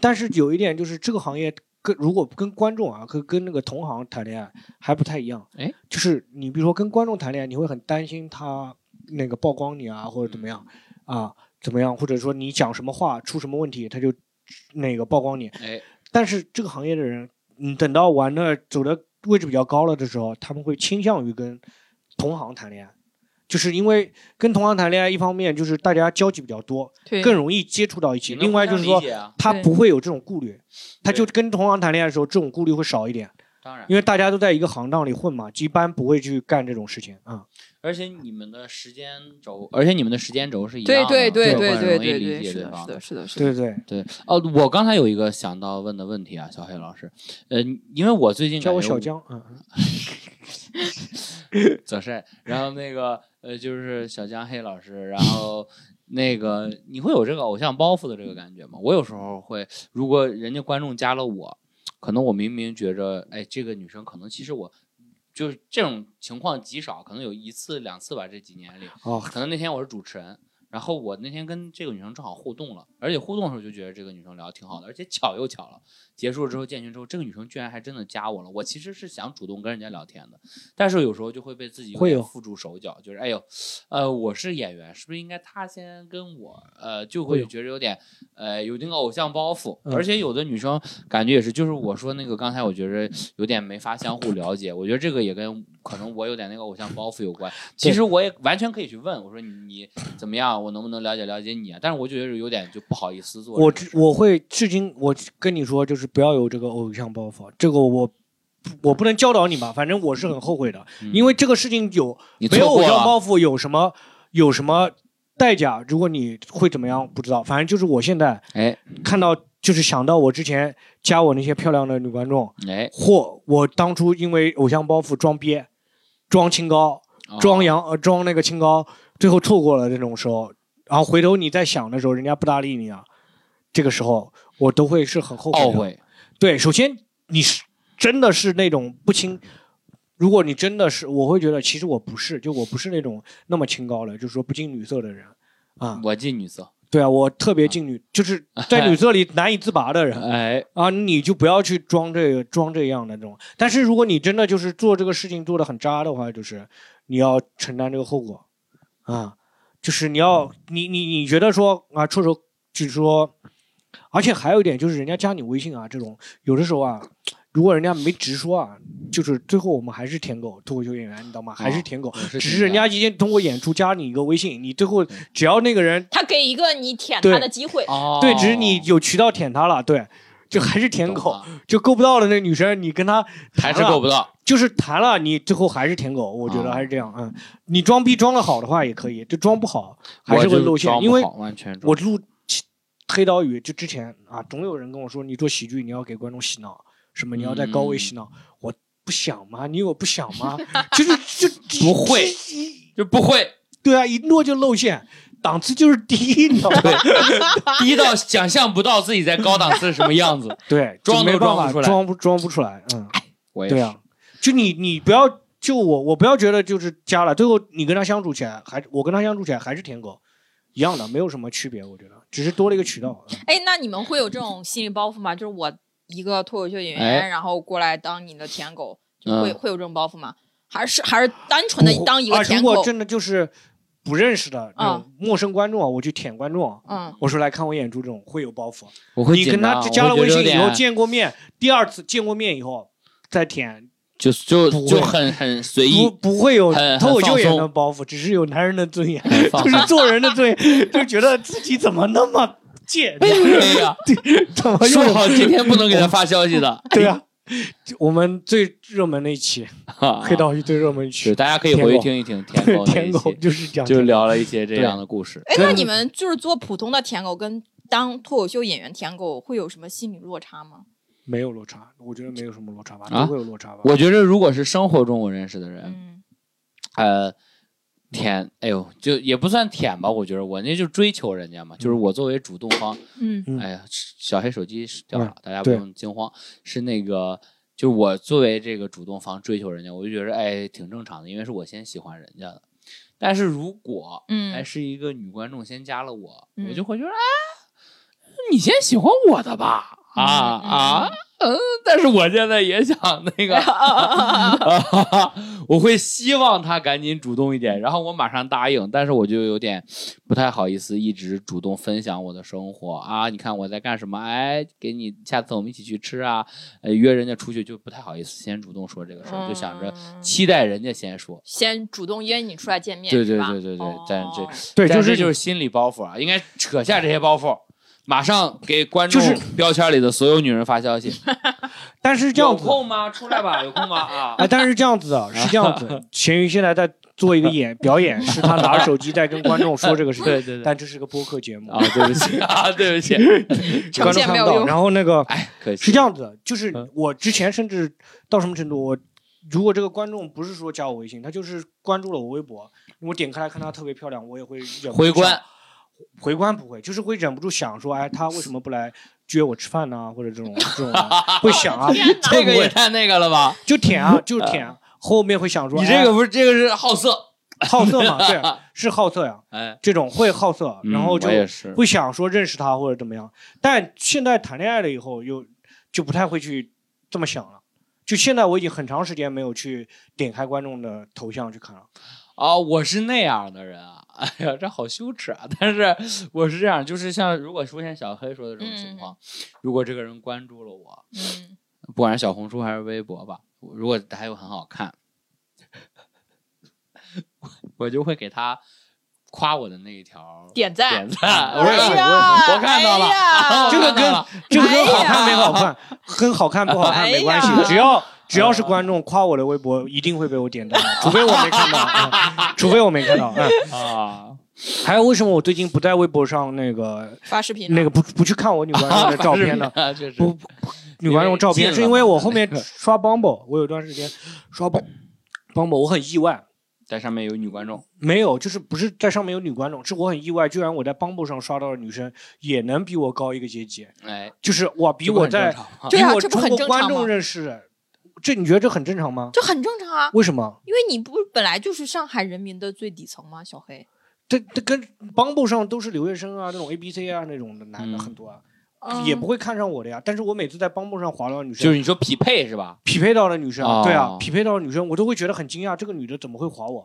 [SPEAKER 1] 但是有一点就是这个行业跟如果跟观众啊，跟跟那个同行谈恋爱还不太一样。
[SPEAKER 2] 哎，
[SPEAKER 1] 就是你比如说跟观众谈恋爱，你会很担心他那个曝光你啊，或者怎么样
[SPEAKER 2] 嗯
[SPEAKER 1] 啊，怎么样，或者说你讲什么话出什么问题，他就那个曝光你。
[SPEAKER 2] 哎，
[SPEAKER 1] 但是这个行业的人，你等到玩的走的位置比较高了的时候，他们会倾向于跟同行谈恋爱，就是因为跟同行谈恋爱，一方面就是大家交集比较多，
[SPEAKER 3] 对
[SPEAKER 1] 更容易接触到一起。
[SPEAKER 2] 你能
[SPEAKER 1] 另外
[SPEAKER 2] 互
[SPEAKER 1] 就
[SPEAKER 2] 相
[SPEAKER 1] 是
[SPEAKER 2] 理
[SPEAKER 1] 说，
[SPEAKER 2] 解啊，
[SPEAKER 1] 他
[SPEAKER 3] 对
[SPEAKER 1] 不会有这种顾虑，他就
[SPEAKER 2] 对
[SPEAKER 1] 跟同行谈恋爱的时候，这种顾虑会少一点，
[SPEAKER 2] 当然，
[SPEAKER 1] 因为大家都在一个行当里混嘛，一般不会去干这种事情啊、
[SPEAKER 2] 而且你们的时间轴，而且你们的时间轴是一样的，
[SPEAKER 3] 对对对
[SPEAKER 1] 对
[SPEAKER 2] 我
[SPEAKER 3] 对
[SPEAKER 2] 很
[SPEAKER 3] 对
[SPEAKER 2] 容易
[SPEAKER 3] 对
[SPEAKER 2] 理
[SPEAKER 3] 对，
[SPEAKER 2] 解
[SPEAKER 3] 是
[SPEAKER 2] 方
[SPEAKER 3] 的，是的，是的，
[SPEAKER 1] 对
[SPEAKER 3] 是的。
[SPEAKER 1] 对，
[SPEAKER 2] 对，哦，我刚才有一个想到问的问题啊，小黑老师，呃，因为我最近
[SPEAKER 1] 叫我
[SPEAKER 2] 感觉
[SPEAKER 1] 小江啊，嗯
[SPEAKER 2] 泽帅，然后那个呃，就是小江黑老师，然后那个你会有这个偶像包袱的这个感觉吗？我有时候会，如果人家观众加了我，可能我明明觉着，哎，这个女生可能其实我就是这种情况极少，可能有一次两次吧，这几年里，
[SPEAKER 1] 哦，
[SPEAKER 2] 可能那天我是主持人。然后我那天跟这个女生正好互动了，而且互动的时候就觉得这个女生聊的挺好的，而且巧又巧了，结束了之后建群之后，这个女生居然还真的加我了。我其实是想主动跟人家聊天的，但是有时候就会被自己有
[SPEAKER 1] 会
[SPEAKER 2] 点
[SPEAKER 1] 有
[SPEAKER 2] 缚住手脚，就是哎呦，呃，我是演员，是不是应该她先跟我？呃，就
[SPEAKER 1] 会
[SPEAKER 2] 会
[SPEAKER 1] 有
[SPEAKER 2] 觉得有点呃有那个偶像包袱。
[SPEAKER 1] 嗯
[SPEAKER 2] 而且有的女生感觉也是，就是我说那个刚才我觉得有点没法相互了解，我觉得这个也跟可能我有点那个偶像包袱有关。其实我也完全可以去问，我说你你怎么样，我能不能了解了解你啊？但是我就觉得有点就不好意思做这
[SPEAKER 1] 我
[SPEAKER 2] 个
[SPEAKER 1] 至
[SPEAKER 2] 事儿。
[SPEAKER 1] 我会至今我跟你说，就是不要有这个偶像包袱，这个我我不能教导你吧，反正我是很后悔的，
[SPEAKER 2] 嗯
[SPEAKER 1] 因为这个事情有
[SPEAKER 2] 你
[SPEAKER 1] 没有
[SPEAKER 2] 错
[SPEAKER 1] 偶
[SPEAKER 2] 过
[SPEAKER 1] 像
[SPEAKER 2] 了。
[SPEAKER 1] 包袱有什么有什么代价？如果你会怎么样不知道，反正就是我现在
[SPEAKER 2] 哎
[SPEAKER 1] 看到就是想到我之前加我那些漂亮的女观众，
[SPEAKER 2] 哎，
[SPEAKER 1] 或我当初因为偶像包袱装憋、装清高、装
[SPEAKER 2] 呀，
[SPEAKER 1] 洋、呃装那个清高，最后错过了这种时候，然后回头你在想的时候，人家不搭理你啊，这个时候我都会是很后悔的。
[SPEAKER 2] 懊悔，
[SPEAKER 1] 对，首先你是真的是那种不清，如果你真的是，我会觉得其实我不是，就我不是那种那么清高的，就是说不近女色的人啊。
[SPEAKER 2] 我进女色，
[SPEAKER 1] 对啊，我特别近女，就是在女色里难以自拔的人
[SPEAKER 2] 哎，
[SPEAKER 1] 啊，你就不要去装这个装这样的这种。但是如果你真的就是做这个事情做的很渣的话，就是你要承担这个后果啊，就是你要你你你觉得说啊，触手就是说，而且还有一点就是人家加你微信啊，这种有的时候啊，如果人家没直说啊，就是最后我们还是舔狗脱口秀演员，你知道吗？还是舔狗，
[SPEAKER 2] 我啊
[SPEAKER 1] 只
[SPEAKER 2] 是嗯挺
[SPEAKER 1] 是人
[SPEAKER 2] 这样
[SPEAKER 1] 家今天通过演出加你一个微信，你最后
[SPEAKER 2] 对
[SPEAKER 1] 只要那个人
[SPEAKER 3] 他给一个你舔他
[SPEAKER 1] 对
[SPEAKER 3] 的机会，
[SPEAKER 2] 哦，
[SPEAKER 1] 对，只是你有渠道舔他了，对，就还是舔
[SPEAKER 2] 懂
[SPEAKER 1] 狗，
[SPEAKER 2] 了
[SPEAKER 1] 就够不到的那女生，你跟她
[SPEAKER 2] 还是够不到，
[SPEAKER 1] 就是谈了，你最后还是舔狗，我觉得
[SPEAKER 2] 啊
[SPEAKER 1] 还是这样，嗯，你装逼装的好的话也可以，就装不好还是
[SPEAKER 2] 我
[SPEAKER 1] 会
[SPEAKER 2] 就
[SPEAKER 1] 露馅
[SPEAKER 2] 装，不
[SPEAKER 1] 因为
[SPEAKER 2] 好完全装
[SPEAKER 1] 我录其黑刀语就之前啊，总有人跟我说你做喜剧你要给观众洗脑，什么你要在高位
[SPEAKER 2] 嗯
[SPEAKER 1] 洗脑，我不想吗？你以为我不想吗？ 就是就
[SPEAKER 2] 不会，就不会
[SPEAKER 1] 对啊，一落就露馅，档次就是低，你知道 吗？
[SPEAKER 2] 低到想象不到自己在高档次是什么样子。
[SPEAKER 1] 对，啊就
[SPEAKER 2] 装都
[SPEAKER 1] 没办
[SPEAKER 2] 装不
[SPEAKER 1] 法
[SPEAKER 2] 出来
[SPEAKER 1] 装不装不出来，嗯。
[SPEAKER 2] 我也
[SPEAKER 1] 对
[SPEAKER 2] 是，
[SPEAKER 1] 啊，就你你不要就我我不要觉得就是加了，最后你跟他相处起来还我跟他相处起来还是舔狗，一样的，没有什么区别，我觉得只是多了一个渠道。嗯
[SPEAKER 3] 哎，那你们会有这种心理包袱吗？就是我一个脱口秀演员，
[SPEAKER 2] 哎
[SPEAKER 3] 然后过来当你的舔狗，就会、
[SPEAKER 2] 嗯，
[SPEAKER 3] 会有这种包袱吗？还是还是单纯的
[SPEAKER 1] 不
[SPEAKER 3] 当一
[SPEAKER 1] 啊
[SPEAKER 3] 个
[SPEAKER 1] 如
[SPEAKER 3] 舔
[SPEAKER 1] 果
[SPEAKER 3] 狗？
[SPEAKER 1] 真的就是不认识的那种陌生观众啊，我去舔观众啊，
[SPEAKER 3] 嗯，
[SPEAKER 1] 我说来看我演出这种会有包袱。
[SPEAKER 2] 我会
[SPEAKER 1] 你跟
[SPEAKER 2] 紧
[SPEAKER 1] 他
[SPEAKER 2] 张，
[SPEAKER 1] 加了
[SPEAKER 2] 我会
[SPEAKER 1] 微
[SPEAKER 2] 觉得
[SPEAKER 1] 信以
[SPEAKER 2] 有
[SPEAKER 1] 后
[SPEAKER 2] 点
[SPEAKER 1] 见过面，第二次见过面以后再舔，
[SPEAKER 2] 就就
[SPEAKER 1] 不
[SPEAKER 2] 就
[SPEAKER 1] 会
[SPEAKER 2] 很很随
[SPEAKER 1] 不
[SPEAKER 2] 意，
[SPEAKER 1] 不会有
[SPEAKER 2] 很很
[SPEAKER 1] 脱口秀演员
[SPEAKER 2] 放
[SPEAKER 1] 的包袱，只是有男人的尊严，
[SPEAKER 2] 很放
[SPEAKER 1] 就
[SPEAKER 2] 松
[SPEAKER 1] 是。做人的尊严，就觉得自己怎么那么贱。
[SPEAKER 2] 对
[SPEAKER 1] 啊
[SPEAKER 2] 呀，
[SPEAKER 1] 怎么又
[SPEAKER 2] 说好今天不能给他发消息的，
[SPEAKER 1] 对啊，就我们最热门那一期
[SPEAKER 2] 啊
[SPEAKER 1] 黑道是最热门一
[SPEAKER 2] 是
[SPEAKER 1] 期，
[SPEAKER 2] 大家可以
[SPEAKER 1] 舔
[SPEAKER 2] 回去
[SPEAKER 1] 狗
[SPEAKER 2] 听一听舔
[SPEAKER 1] 对
[SPEAKER 2] 狗 那
[SPEAKER 1] 舔
[SPEAKER 2] 一
[SPEAKER 1] 狗
[SPEAKER 2] 期，
[SPEAKER 1] 就是讲
[SPEAKER 2] 就聊了一些这
[SPEAKER 1] 对
[SPEAKER 2] 样的故事。
[SPEAKER 3] 哎，
[SPEAKER 1] 真
[SPEAKER 3] 那
[SPEAKER 1] 的
[SPEAKER 3] 你们就是做普通的舔狗跟当脱口秀演员舔狗会有什么心理落差吗？
[SPEAKER 1] 没有落差，我觉得没有什么落差吧，
[SPEAKER 2] 啊
[SPEAKER 1] 都会有落差吧。
[SPEAKER 2] 我觉着，如果是生活中我认识的人，
[SPEAKER 3] 嗯，
[SPEAKER 2] 呃，舔，哎呦，就也不算舔吧，我觉得我那就追求人家嘛，就是我作为主动方，
[SPEAKER 3] 嗯
[SPEAKER 1] 嗯
[SPEAKER 2] 哎呀，小黑手机是掉了，大家不
[SPEAKER 1] 对
[SPEAKER 2] 用惊慌，是那个。就是我作为这个主动方追求人家，我就觉得哎挺正常的，因为是我先喜欢人家的。但是如果哎
[SPEAKER 3] 嗯，
[SPEAKER 2] 是一个女观众先加了我，
[SPEAKER 3] 嗯
[SPEAKER 2] 我就会觉得啊，你先喜欢我的吧，啊
[SPEAKER 3] 嗯嗯
[SPEAKER 2] 啊，嗯，但是我现在也想那 个，啊，我会希望他赶紧主动一点，然后我马上答应，但是我就有点不太好意思，一直主动分享我的生活啊。你看我在干什么？哎，给你，下次我们一起去吃啊，呃、约人家出去就不太好意思，先主动说这个事儿，就想着
[SPEAKER 3] 嗯
[SPEAKER 2] 期待人家先说。
[SPEAKER 3] 先主动约你出来见面，
[SPEAKER 2] 对对
[SPEAKER 3] 是吧
[SPEAKER 2] 对对对
[SPEAKER 3] 哦
[SPEAKER 2] 但这
[SPEAKER 1] 对，
[SPEAKER 2] 但
[SPEAKER 1] 就是是
[SPEAKER 2] 就是心理包袱啊，应该扯下这些包袱。马上给观众
[SPEAKER 1] 就是
[SPEAKER 2] 标签里的所有女人发消息，
[SPEAKER 1] 但是这
[SPEAKER 2] 有
[SPEAKER 1] 样子 哎
[SPEAKER 2] 空吗？出来吧，有空吗？啊，
[SPEAKER 1] 啊，但是这样子啊，是这样子，咸鱼现在在做一个演表演，是他拿着手机在跟观众说这个事情，
[SPEAKER 2] 对对对，
[SPEAKER 1] 但这是个播客节目
[SPEAKER 2] 啊，，对不 起啊，对不起，
[SPEAKER 1] 观
[SPEAKER 3] 呈
[SPEAKER 1] 众
[SPEAKER 3] 现
[SPEAKER 1] 看
[SPEAKER 3] 没
[SPEAKER 1] 不
[SPEAKER 3] 有
[SPEAKER 1] 到。
[SPEAKER 3] 用。
[SPEAKER 1] 然后那个
[SPEAKER 2] 哎，可惜
[SPEAKER 1] 是这样子的，就是
[SPEAKER 2] 嗯
[SPEAKER 1] 我之前甚至到什么程度，我如果这个观众不是说加我微信，他就是关注了我微博，我点开来看他特别漂亮，我也会忍不住
[SPEAKER 2] 回关
[SPEAKER 1] 想。回关不会，就是会忍不住想说，哎，他为什么不来约我吃饭呢？或者这种这种的，会想啊，
[SPEAKER 2] 这
[SPEAKER 1] 会
[SPEAKER 2] 个
[SPEAKER 1] 不
[SPEAKER 2] 也
[SPEAKER 1] 会
[SPEAKER 2] 太那个了吧？
[SPEAKER 1] 就舔啊，就是舔啊。后面会想说，
[SPEAKER 2] 你这
[SPEAKER 1] 哎
[SPEAKER 2] 个不是这个是好色，
[SPEAKER 1] 好色嘛， 对，是好色呀，
[SPEAKER 2] 哎，
[SPEAKER 1] 这种会好色，然后就
[SPEAKER 2] 嗯我也是，
[SPEAKER 1] 会想说认识他或者怎么样。但现在谈恋爱了以后，又就不太会去这么想了。就现在我已经很长时间没有去点开观众的头像去看了。
[SPEAKER 2] 啊，我是那样的人啊， 哎呀，这好羞耻啊！但是我是这样，就是像如果出现小黑说的这种
[SPEAKER 1] 嗯
[SPEAKER 2] 情况，如果这个人关注了我，
[SPEAKER 3] 嗯，
[SPEAKER 2] 不管是小红书还是微博吧，如果他又很好看，我就会给他夸我的那一条
[SPEAKER 3] 点赞
[SPEAKER 2] 点。赞。我
[SPEAKER 1] 哎
[SPEAKER 2] 说
[SPEAKER 1] 呀
[SPEAKER 2] 我看到了
[SPEAKER 3] 哎呀
[SPEAKER 2] 我
[SPEAKER 1] 这个
[SPEAKER 2] 看到了
[SPEAKER 1] 这个跟
[SPEAKER 3] 哎呀
[SPEAKER 1] 好看没好看，跟好看不好看没关系
[SPEAKER 3] 哎，呀嗯
[SPEAKER 1] 只要只要是观众夸我的微博，一定会被我点赞的，除非我没看到，嗯除非我没看到。嗯，
[SPEAKER 2] 啊，
[SPEAKER 1] 还有为什么我最近不在微博上那个
[SPEAKER 3] 发视频了
[SPEAKER 1] 那个不不去看我女观众的照片呢？
[SPEAKER 2] 啊，确实
[SPEAKER 1] 不，女观众照片，是因为我后面刷 Bumble，我有段时间刷 Bum- Bumble，我很意外，
[SPEAKER 2] 在上面有女观众，
[SPEAKER 1] 没有，就是不是在上面有女观众，是我很意外，居然我在 Bumble 上刷到的女生也能比我高一个阶级，
[SPEAKER 2] 哎，
[SPEAKER 1] 就是哇，比我在
[SPEAKER 3] 这
[SPEAKER 1] 比
[SPEAKER 3] 不很正常吗对啊
[SPEAKER 1] 我
[SPEAKER 3] 这不
[SPEAKER 1] 通
[SPEAKER 3] 很
[SPEAKER 1] 过
[SPEAKER 3] 正
[SPEAKER 1] 观
[SPEAKER 3] 常
[SPEAKER 1] 众
[SPEAKER 3] 吗
[SPEAKER 1] 认识的，这你觉得这很正常吗？
[SPEAKER 3] 这很正常啊，
[SPEAKER 1] 为什么？
[SPEAKER 3] 因为你不本来就是上海人民的最底层吗？小黑，
[SPEAKER 1] 这这跟 Bumble 上都是留学生啊，那种 A B C 啊那种的男的
[SPEAKER 2] 嗯
[SPEAKER 1] 很多啊，
[SPEAKER 3] 嗯
[SPEAKER 1] 也不会看上我的呀。但是我每次在 Bumble 上滑到的女生，
[SPEAKER 2] 就是你说匹配是吧？
[SPEAKER 1] 匹配到的女生，
[SPEAKER 2] 哦
[SPEAKER 1] 对啊，匹配到的女生，我都会觉得很惊讶，这个女的怎么会划我？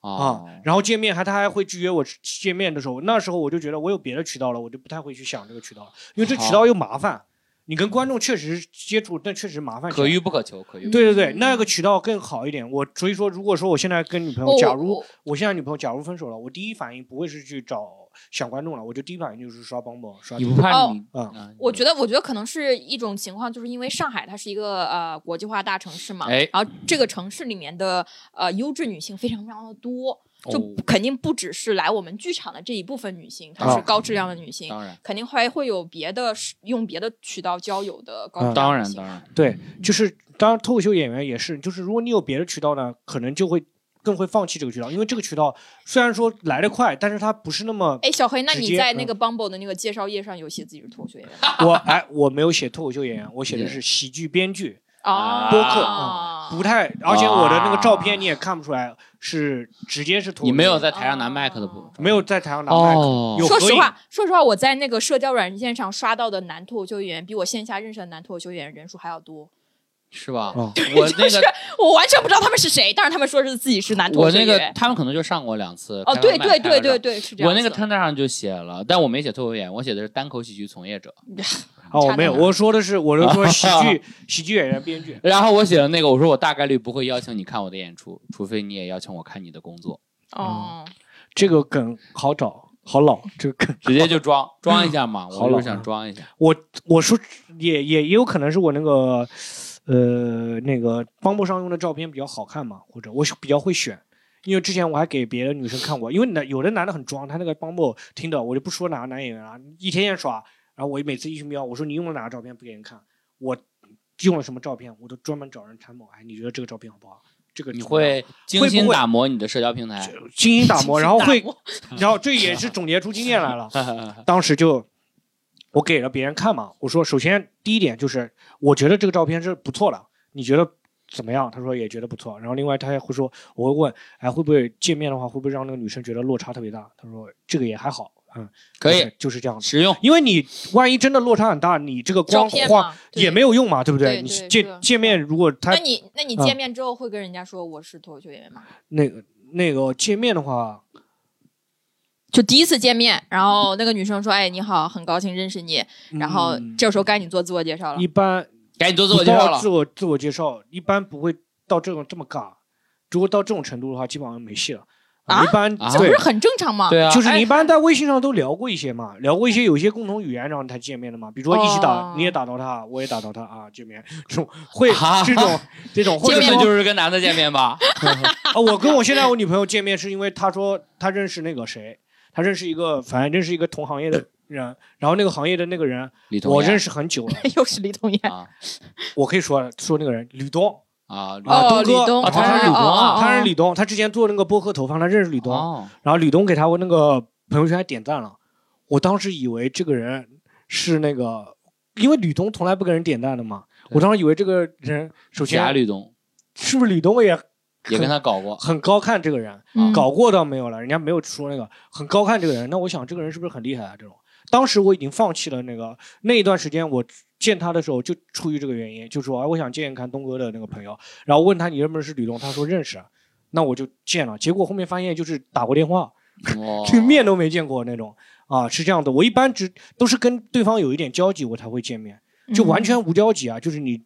[SPEAKER 1] 啊，
[SPEAKER 2] 哦
[SPEAKER 1] 然后见面还他还会拒绝我吃见面的时候，那时候我就觉得我有别的渠道了，我就不太会去想这个渠道了，因为这渠道又麻烦。你跟观众确实接触，但确实麻烦起来。
[SPEAKER 2] 可遇不可求，可遇不可
[SPEAKER 1] 对对对，那个渠道更好一点。我所以说，如果说我现在跟女朋友，
[SPEAKER 3] 哦
[SPEAKER 1] 假如
[SPEAKER 3] 我
[SPEAKER 1] 我现在女朋友假如分手了，我第一反应不会是去找想观众了，我就第一反应就是刷帮帮刷
[SPEAKER 2] 求。你不怕你？
[SPEAKER 1] 哦
[SPEAKER 2] 啊
[SPEAKER 3] 我觉得，我觉得可能是一种情况，就是因为上海它是一个呃国际化大城市嘛，
[SPEAKER 2] 哎
[SPEAKER 3] 然后这个城市里面的呃优质女性非常非常的多，就
[SPEAKER 2] 哦
[SPEAKER 3] 肯定不只是来我们剧场的这一部分女性，她
[SPEAKER 1] 啊
[SPEAKER 3] 是高质量的女性，
[SPEAKER 2] 当然，
[SPEAKER 3] 肯定还会有别的用别的渠道交友的
[SPEAKER 1] 嗯
[SPEAKER 3] 高质量
[SPEAKER 2] 当
[SPEAKER 3] 女
[SPEAKER 2] 然，
[SPEAKER 3] 性
[SPEAKER 2] 当然，
[SPEAKER 1] 对，就是当然脱口秀演员也是，就是如果你有别的渠道呢，可能就会更会放弃这个渠道，因为这个渠道虽然说来得快，但是它不是那么
[SPEAKER 3] 哎，小黑，那
[SPEAKER 1] 直
[SPEAKER 3] 你
[SPEAKER 1] 接
[SPEAKER 3] 在
[SPEAKER 1] 嗯
[SPEAKER 3] 那个 Bumble 的那个介绍页上有写自己是脱口秀演员吗
[SPEAKER 1] 我哎，我没有写脱口秀演员，我写的是喜剧编剧，
[SPEAKER 3] 啊？
[SPEAKER 2] 播客
[SPEAKER 1] 嗯不太，而且我的那个照片你也看不出来是直接是脱口秀
[SPEAKER 2] 你
[SPEAKER 1] 演员，
[SPEAKER 2] 没有在台上拿麦克的部
[SPEAKER 3] 哦
[SPEAKER 2] 分，
[SPEAKER 1] 没有在台上拿麦克，
[SPEAKER 2] 哦
[SPEAKER 1] 有
[SPEAKER 3] 说
[SPEAKER 1] 合
[SPEAKER 3] 实
[SPEAKER 1] 影
[SPEAKER 3] 话，说实话，我在那个社交软件上刷到的男脱口秀演员，比我线下认识的男脱口秀演员人数还要多。
[SPEAKER 2] 是吧？
[SPEAKER 1] 哦
[SPEAKER 2] 我 那个
[SPEAKER 3] 我完全不知道他们是谁，但是他们说是自己是男脱口
[SPEAKER 2] 我
[SPEAKER 3] 秀
[SPEAKER 2] 那
[SPEAKER 3] 演
[SPEAKER 2] 个
[SPEAKER 3] 员。
[SPEAKER 2] 他们可能就上过两次
[SPEAKER 3] 哦，
[SPEAKER 2] 开
[SPEAKER 3] 对
[SPEAKER 2] 麦
[SPEAKER 3] 对对，
[SPEAKER 2] 开
[SPEAKER 3] 对
[SPEAKER 2] 完
[SPEAKER 3] 对，是这
[SPEAKER 2] 麦
[SPEAKER 3] 样
[SPEAKER 2] 我
[SPEAKER 3] 子
[SPEAKER 2] 那
[SPEAKER 3] 的。
[SPEAKER 2] 个 turn 上就写了，但我没写脱口秀演员，我写的是单口喜剧从业者。
[SPEAKER 1] 哦，我没有，
[SPEAKER 3] 差点
[SPEAKER 1] 我说的是，我就说喜剧喜剧演员编 剧，
[SPEAKER 2] 然后我写的那个，我说我大概率不会邀请你看我的演出，除非你也邀请我看你的工作，
[SPEAKER 3] 哦，
[SPEAKER 1] 这个梗好找，好老，这个梗
[SPEAKER 2] 直接就装装一下 嘛，
[SPEAKER 1] 好老
[SPEAKER 2] 我就
[SPEAKER 1] 啊
[SPEAKER 2] 是想装一下。
[SPEAKER 1] 我说也也也有可能是我那个呃那个帮不上用的照片比较好看嘛，或者我比较会选。因为之前我还给别的女生看过，因为男有的男的很装，他那个帮不听的，我就不说哪个男演员啊，一天天刷，然后我每次一去瞄，我说你用了哪个照片不给人看，我用了什么照片，我都专门找人参谋，哎，你觉得这个照片好不好？这个
[SPEAKER 2] 你
[SPEAKER 1] 怎么样
[SPEAKER 2] 会精
[SPEAKER 1] 会
[SPEAKER 2] 心
[SPEAKER 1] 不会
[SPEAKER 2] 打磨你的社交平台，
[SPEAKER 1] 精心打磨，然后会
[SPEAKER 3] 打磨
[SPEAKER 1] 然后这也是总结出经验来了。当时就我给了别人看嘛，我说首先第一点就是我觉得这个照片是不错的，你觉得怎么样？他说也觉得不错。然后另外他还会说，我会问，哎，会不会见面的话会不会让那个女生觉得落差特别大？他说这个也还好，嗯，
[SPEAKER 2] 可
[SPEAKER 1] 就
[SPEAKER 2] 以
[SPEAKER 1] 是就是这样子。
[SPEAKER 2] 实用。
[SPEAKER 1] 因为你万一真的落差很大，你这个
[SPEAKER 3] 照
[SPEAKER 1] 光
[SPEAKER 3] 片
[SPEAKER 1] 画
[SPEAKER 3] 嘛，对
[SPEAKER 1] 也没。有用嘛，对不
[SPEAKER 3] 对
[SPEAKER 1] 你
[SPEAKER 3] 对是
[SPEAKER 1] 见
[SPEAKER 3] 的
[SPEAKER 1] 见面如果他
[SPEAKER 3] 那你那你
[SPEAKER 1] 嗯
[SPEAKER 3] 见面之后会跟人家说我是脱口秀演员吗？
[SPEAKER 1] 那个那个见面的话，
[SPEAKER 3] 就第一次见面，然后那个女生说：“哎，你好，很高兴认识你。”然后
[SPEAKER 1] 嗯
[SPEAKER 3] 这时候该你做自我介绍了
[SPEAKER 1] 一。般
[SPEAKER 2] 赶紧做自
[SPEAKER 1] 不
[SPEAKER 2] 我介
[SPEAKER 1] 到
[SPEAKER 2] 绍了
[SPEAKER 1] 自。我自我介绍一般不会到这种这么尬，如果到这种程度的话，基本上没戏了。
[SPEAKER 3] 啊
[SPEAKER 1] 一般
[SPEAKER 2] 啊
[SPEAKER 3] 这不
[SPEAKER 1] 对
[SPEAKER 3] 是，很正常吗？
[SPEAKER 2] 对啊，
[SPEAKER 1] 就是
[SPEAKER 2] 哎
[SPEAKER 1] 你一般在微信上都聊过一些嘛，聊过一些有一些共同语言，然后才见面的嘛。比如说一起打
[SPEAKER 3] 哦，
[SPEAKER 1] 你也打到他，我也打到他啊，见面这种会
[SPEAKER 2] 啊
[SPEAKER 1] 这种这种，或者
[SPEAKER 2] 这个
[SPEAKER 1] 说
[SPEAKER 2] 就是跟男的见面 吧？
[SPEAKER 1] 啊，我跟我现在我女朋友见面是因为她说她认识那个谁，她认识一个反正认识一个同行业的人，然后那个行业的那个人
[SPEAKER 2] 李彤，
[SPEAKER 1] 我认
[SPEAKER 2] 识
[SPEAKER 1] 识很久了，
[SPEAKER 3] 又是李彤言
[SPEAKER 2] 啊
[SPEAKER 1] 我可以说说那个人吕东，
[SPEAKER 2] 啊，李
[SPEAKER 1] 啊
[SPEAKER 3] 哦，
[SPEAKER 1] 东哥
[SPEAKER 3] 李东，
[SPEAKER 1] 啊他是
[SPEAKER 2] 李
[SPEAKER 3] 哦
[SPEAKER 2] 东啊
[SPEAKER 3] 哦哦
[SPEAKER 1] 他是李东，他之前做那个播客投放，他认识吕东，
[SPEAKER 2] 哦
[SPEAKER 1] 然后吕东给他我那个朋友圈还点赞了，我当时以为这个人是那个，因为吕东从来不给人点赞的嘛，
[SPEAKER 2] 对
[SPEAKER 1] 我当时以为这个人首
[SPEAKER 2] 贾
[SPEAKER 1] 先
[SPEAKER 2] 吕东
[SPEAKER 1] 是不是吕东也
[SPEAKER 2] 啊也跟他 搞过，
[SPEAKER 1] 很高看这个人，
[SPEAKER 3] 嗯
[SPEAKER 1] 搞过倒没有了，人家没有说那个很高看这个人。那我想这个人是不是很厉害啊？这种，当时我已经放弃了那个那一段时间，我见他的时候就出于这个原因，就说哎，我想见一看东哥的那个朋友，然后问他你认不认识吕东，他说认识，啊那我就见了。结果后面发现就是打过电话，
[SPEAKER 2] 哦
[SPEAKER 1] 就面都没见过那种啊，是这样的。我一般只都是跟对方有一点交集，我才会见面，
[SPEAKER 3] 嗯
[SPEAKER 1] 就完全无交集啊，就是你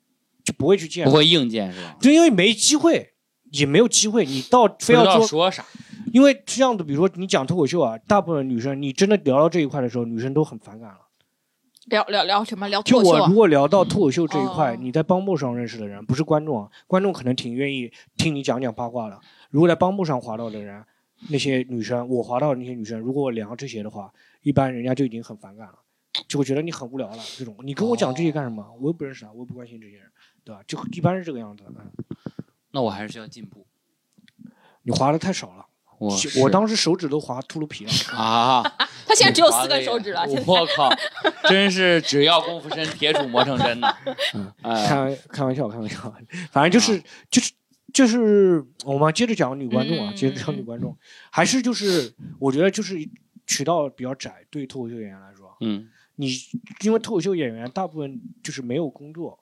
[SPEAKER 1] 就不会去见
[SPEAKER 2] 哦不，会硬见是吧？
[SPEAKER 1] 就因为没机会。也没有机会，你到非要
[SPEAKER 2] 不知道
[SPEAKER 1] 做
[SPEAKER 2] 说啥，
[SPEAKER 1] 因为是这样的，比如说你讲脱口秀啊，大部分女生你真的聊到这一块的时候，女生都很反感了。
[SPEAKER 3] 聊聊聊什么？聊
[SPEAKER 1] 就
[SPEAKER 3] 脱口秀
[SPEAKER 1] 我
[SPEAKER 3] 啊
[SPEAKER 1] 如？果聊到脱口秀这一块，
[SPEAKER 3] 哦
[SPEAKER 1] 你在帮木上认识的人，不是观众啊，观众可能挺愿意听你讲讲八卦的。如果在帮木上滑到的人，那些女生，我滑到的那些女生，如果我聊这些的话，一般人家就已经很反感了，就会觉得你很无聊了。这种你跟我讲这些干什么？
[SPEAKER 3] 哦
[SPEAKER 1] 我又不认识啊他，我又不关心这些人，对吧？就一般是这个样子的。嗯
[SPEAKER 2] 那我还是需要进步。
[SPEAKER 1] 你滑的太少了，
[SPEAKER 2] 我
[SPEAKER 1] 我当时手指都滑秃噜皮了。
[SPEAKER 2] 啊，
[SPEAKER 3] 他现在只有四根手指了，现在
[SPEAKER 2] 我 靠，真是只要功夫深，铁杵磨成针呐
[SPEAKER 1] 嗯！开
[SPEAKER 2] 哎，
[SPEAKER 1] 玩开玩笑，开玩笑，反正
[SPEAKER 2] 啊
[SPEAKER 1] 就是、就是就是我们接着讲女观众啊，
[SPEAKER 3] 嗯
[SPEAKER 1] 接着讲女观众，
[SPEAKER 2] 嗯
[SPEAKER 1] 还是就是我觉得就是渠道比较窄，对于脱口秀演员来说，
[SPEAKER 2] 嗯，
[SPEAKER 1] 你因为脱口秀演员大部分就是没有工作。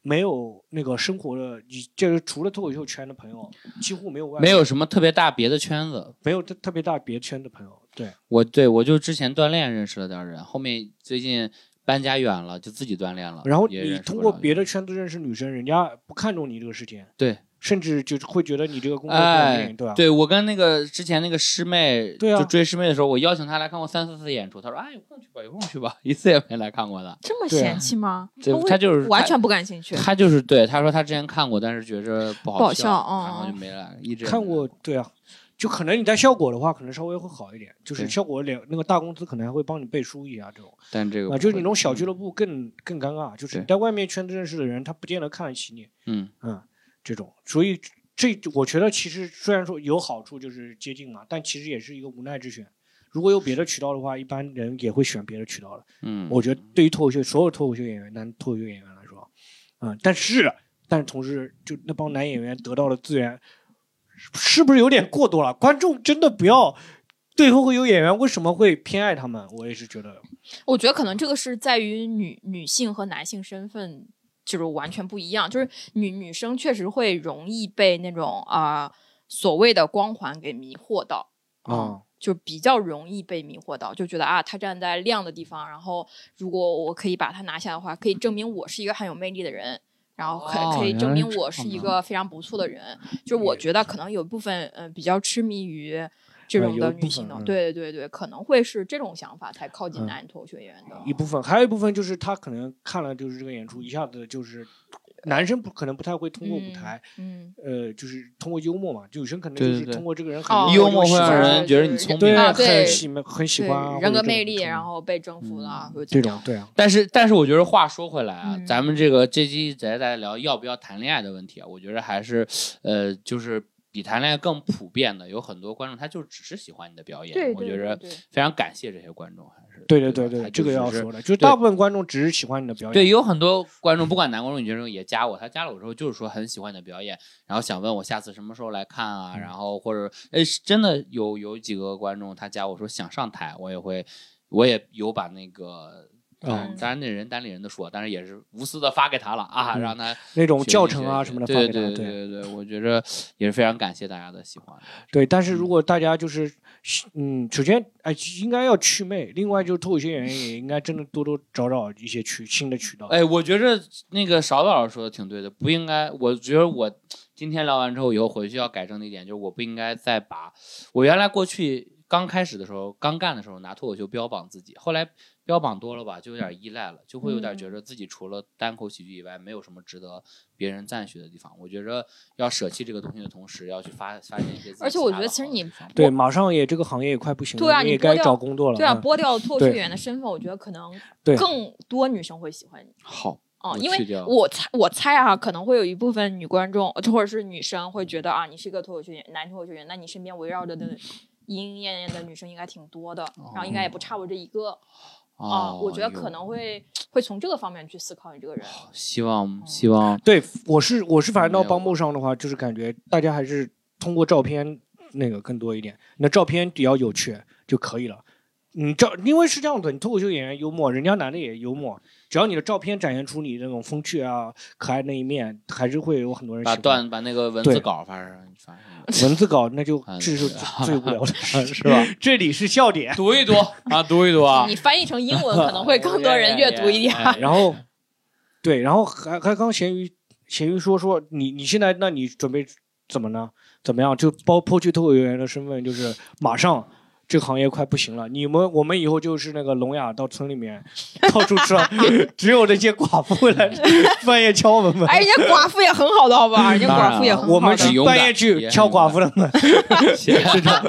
[SPEAKER 1] 没有那个生活的，你就是除了脱口秀圈的朋友，几乎没有外
[SPEAKER 2] 没有什么特别大别的圈子。
[SPEAKER 1] 没有特特别大别圈的朋友，对，
[SPEAKER 2] 我对我就之前锻炼认识了点人，后面最近搬家远了，就自己锻炼了。
[SPEAKER 1] 然后
[SPEAKER 2] 也
[SPEAKER 1] 你
[SPEAKER 2] 认识
[SPEAKER 1] 通
[SPEAKER 2] 不
[SPEAKER 1] 过
[SPEAKER 2] 了
[SPEAKER 1] 别的
[SPEAKER 2] 人
[SPEAKER 1] 圈子认识女生，人家不看重你这个事情，
[SPEAKER 2] 对，
[SPEAKER 1] 甚至就是会觉得你这个工作不稳
[SPEAKER 2] 哎
[SPEAKER 1] 定，对吧？，
[SPEAKER 2] 对我跟那个之前那个师妹，
[SPEAKER 1] 对啊
[SPEAKER 2] 就追师妹的时候，我邀请她来看过三四次演出，她说啊有空去吧，有空去吧， 一次也没来看过的。
[SPEAKER 3] 这么
[SPEAKER 1] 对啊
[SPEAKER 3] 嫌弃吗？
[SPEAKER 2] 对
[SPEAKER 3] 我，
[SPEAKER 2] 她就是
[SPEAKER 3] 完
[SPEAKER 2] 她
[SPEAKER 3] 全不感兴趣。
[SPEAKER 2] 他就是对他说他之前看过，但是觉着不
[SPEAKER 3] 不
[SPEAKER 2] 好
[SPEAKER 3] 好笑哦
[SPEAKER 2] 然后就没来，一直也
[SPEAKER 1] 看
[SPEAKER 2] 没来
[SPEAKER 1] 过，对啊，就可能你在效果的话，可能稍微会好一点，就是
[SPEAKER 2] 对
[SPEAKER 1] 效果两那个大公司可能还会帮你背书一下这种
[SPEAKER 2] 但这个
[SPEAKER 1] 啊，
[SPEAKER 2] 不
[SPEAKER 1] 就是
[SPEAKER 2] 会嗯
[SPEAKER 1] 你那种小俱乐部更更尴尬，就是
[SPEAKER 2] 对
[SPEAKER 1] 你在外面圈子认识的人，他不见得看得起你，
[SPEAKER 2] 嗯，
[SPEAKER 1] 嗯，这种，所以这我觉得其实虽然说有好处就是接近嘛，但其实也是一个无奈之选。如果有别的渠道的话，一般人也会选别的渠道的。
[SPEAKER 2] 嗯，
[SPEAKER 1] 我觉得对于脱口秀所有脱口秀演员，男脱口秀演员来说，嗯，但是但是同时就那帮男演员得到的资源是是不是有点过多了？观众真的不要对脱口秀演员为什么会偏爱他们？我也是觉得，
[SPEAKER 3] 我觉得可能这个是在于女女性和男性身份就是完全不一样，就是女女生确实会容易被那种啊、所谓的光环给迷惑到
[SPEAKER 1] 啊
[SPEAKER 3] 就比较容易被迷惑到，就觉得啊，他站在亮的地方，然后如果我可以把他拿下的话，可以证明我是一个很有魅力的人，然后可、
[SPEAKER 2] 哦
[SPEAKER 3] 可以
[SPEAKER 2] 原
[SPEAKER 3] 证
[SPEAKER 2] 来
[SPEAKER 3] 明
[SPEAKER 2] 是
[SPEAKER 3] 我
[SPEAKER 2] 这
[SPEAKER 3] 是一
[SPEAKER 2] 样
[SPEAKER 3] 个非常不错的人。就是我觉得可能有一部分嗯、呃比较痴迷于这
[SPEAKER 1] 呃
[SPEAKER 3] 种
[SPEAKER 1] 有
[SPEAKER 3] 的
[SPEAKER 1] 一
[SPEAKER 3] 女
[SPEAKER 1] 部
[SPEAKER 3] 性
[SPEAKER 1] 分嗯
[SPEAKER 3] 的，对对对，可能会是这种想法才靠近
[SPEAKER 1] 嗯
[SPEAKER 3] 男脱口秀演员的。
[SPEAKER 1] 一部分，还有一部分就是他可能看了就是这个演出，一下子就是男生不可能不太会通过舞台，
[SPEAKER 3] 嗯，
[SPEAKER 1] 呃，就是通过幽默嘛，女生可能就
[SPEAKER 2] 对对
[SPEAKER 1] 是
[SPEAKER 2] 对
[SPEAKER 1] 通过这个人很
[SPEAKER 3] 哦
[SPEAKER 2] 幽默
[SPEAKER 1] 就喜
[SPEAKER 2] 会让
[SPEAKER 1] 欢
[SPEAKER 2] 人觉得你聪
[SPEAKER 1] 对
[SPEAKER 2] 明
[SPEAKER 3] 啊对
[SPEAKER 1] 很喜很喜
[SPEAKER 3] 对
[SPEAKER 1] 欢啊
[SPEAKER 3] 人
[SPEAKER 1] 或者
[SPEAKER 3] 格
[SPEAKER 1] 这
[SPEAKER 3] 魅
[SPEAKER 1] 种
[SPEAKER 3] 力，
[SPEAKER 1] 冲
[SPEAKER 3] 然
[SPEAKER 1] 动
[SPEAKER 3] 后被征服了，或者
[SPEAKER 1] 这
[SPEAKER 3] 怎么
[SPEAKER 1] 种
[SPEAKER 3] 样
[SPEAKER 1] 对啊，
[SPEAKER 2] 但是但是我觉得话说回来啊，
[SPEAKER 3] 嗯
[SPEAKER 2] 咱们这个这期一直在聊要不要谈恋爱的问题啊，我觉得还是呃就是。比谈恋爱更普遍的有很多观众，他就只是喜欢你的表演，
[SPEAKER 3] 对，
[SPEAKER 2] 我觉
[SPEAKER 3] 对
[SPEAKER 2] 着
[SPEAKER 3] 对
[SPEAKER 2] 非常感谢这些观众，还是
[SPEAKER 1] 对对对
[SPEAKER 2] 吧
[SPEAKER 1] 对，
[SPEAKER 2] 他
[SPEAKER 1] 这
[SPEAKER 2] 就
[SPEAKER 1] 个
[SPEAKER 2] 只
[SPEAKER 1] 要
[SPEAKER 2] 是
[SPEAKER 1] 说的，就是
[SPEAKER 2] 对
[SPEAKER 1] 大部分观众只是喜欢你的表演。
[SPEAKER 2] 对，有很多观众，不管男观众、女观众也加我，他加了我之后就是说很喜欢你的表演，然后想问我下次什么时候来看啊，
[SPEAKER 1] 嗯
[SPEAKER 2] 然后或者哎，是真的有有几个观众他加我说想上台，我也会，我也有把那
[SPEAKER 1] 啊
[SPEAKER 2] 个。嗯，当然那人单立人的说，但是也是无私的发给他了啊，
[SPEAKER 1] 嗯
[SPEAKER 2] 让他
[SPEAKER 1] 那种
[SPEAKER 2] 学习
[SPEAKER 1] 教程
[SPEAKER 2] 学
[SPEAKER 1] 啊
[SPEAKER 2] 习
[SPEAKER 1] 什么的发
[SPEAKER 2] 对
[SPEAKER 1] 给
[SPEAKER 2] 对
[SPEAKER 1] 他，
[SPEAKER 2] 对对对，对我觉着也是非常感谢大家的喜欢。
[SPEAKER 1] 对。但是如果大家就是，嗯，首先哎，应该要祛魅，另外就是脱口秀演员也应该真的多多找找一
[SPEAKER 2] 哎
[SPEAKER 1] 些渠新的渠道。
[SPEAKER 2] 哎，我觉着那个勺子老师说的挺对的，不应该，我觉得我今天聊完之后，以后回去要改正的一点就是，我不应该再把我原来过去刚开始的时候、刚干的时候拿脱口秀标榜自己，后来标榜多了吧，就有点依赖了，就会有
[SPEAKER 3] 嗯
[SPEAKER 2] 点觉得自己除了单口喜剧以外，没有什么值得别人赞许的地方。我觉着要舍弃这个东西的同时，要去发发现一些自己其他的好的地方。
[SPEAKER 3] 而且我觉得其实你
[SPEAKER 1] 对，马上也这个行业也快不行了，
[SPEAKER 3] 对啊
[SPEAKER 1] 你也
[SPEAKER 3] 你脱
[SPEAKER 1] 该
[SPEAKER 3] 掉
[SPEAKER 1] 找工作了。
[SPEAKER 3] 对啊，
[SPEAKER 1] 嗯
[SPEAKER 3] 剥掉脱口
[SPEAKER 1] 对
[SPEAKER 3] 秀演员的身份，我觉得可能
[SPEAKER 1] 对
[SPEAKER 3] 更多女生会喜欢你。
[SPEAKER 2] 好，
[SPEAKER 3] 哦，
[SPEAKER 2] 我
[SPEAKER 3] 因
[SPEAKER 2] 去
[SPEAKER 3] 为
[SPEAKER 2] 掉
[SPEAKER 3] 我猜我猜啊，可能会有一部分女观众呃或者是女生会觉得啊，你是一个脱口秀演男脱口秀演员，那你身边围绕着的
[SPEAKER 2] 嗯
[SPEAKER 3] 莺莺燕燕的女生应该挺多的，然后应该也不差我这一个啊、
[SPEAKER 2] 哦，
[SPEAKER 3] 我觉得可
[SPEAKER 2] 有
[SPEAKER 3] 能会会从这个方面去思考你这个人。
[SPEAKER 2] 希
[SPEAKER 3] 嗯
[SPEAKER 2] 望希望
[SPEAKER 1] 对，我是我是反正
[SPEAKER 2] 没
[SPEAKER 1] 到
[SPEAKER 2] 有
[SPEAKER 1] 帮不上的话，就是感觉大家还是通过照片那个更多一点，你的照片比较有趣就可以了。你照，因为是这样的，你脱口秀演员幽默，人家男的也幽默，只要你的照片展现出你那种风趣啊、可爱那一面，还是会有很多人喜
[SPEAKER 2] 把
[SPEAKER 1] 欢。
[SPEAKER 2] 段把那个文字
[SPEAKER 1] 对
[SPEAKER 2] 稿发上发上去，
[SPEAKER 1] 文字稿那 就
[SPEAKER 2] 啊
[SPEAKER 1] 这是最最 无聊的事，
[SPEAKER 2] 是吧？
[SPEAKER 1] 这里是笑点。
[SPEAKER 2] 读一读啊，读一读啊。
[SPEAKER 3] 你翻译成英文可 能会更多人阅读一点。
[SPEAKER 2] 哎
[SPEAKER 1] 然后，对，然后还还刚咸鱼咸鱼说说你你现在那你准备怎么呢？怎么样？就包抛去脱口秀演员的身份，就是马上这个行业快不行了。你们我们以后就是那个聋哑到村里面到处吃 饭，只有那些寡妇来半夜敲门门。
[SPEAKER 3] 哎，人家寡妇也很好的，好吧？人家
[SPEAKER 2] 当然
[SPEAKER 3] 寡妇也
[SPEAKER 2] 了
[SPEAKER 3] 很好的。
[SPEAKER 1] 我们
[SPEAKER 2] 很
[SPEAKER 1] 去
[SPEAKER 2] 勇
[SPEAKER 1] 半
[SPEAKER 2] 敢
[SPEAKER 1] 夜
[SPEAKER 2] 也
[SPEAKER 1] 去
[SPEAKER 2] 很
[SPEAKER 1] 敲
[SPEAKER 2] 勇
[SPEAKER 1] 寡
[SPEAKER 2] 敢
[SPEAKER 1] 妇的门，
[SPEAKER 2] 哎是这 样，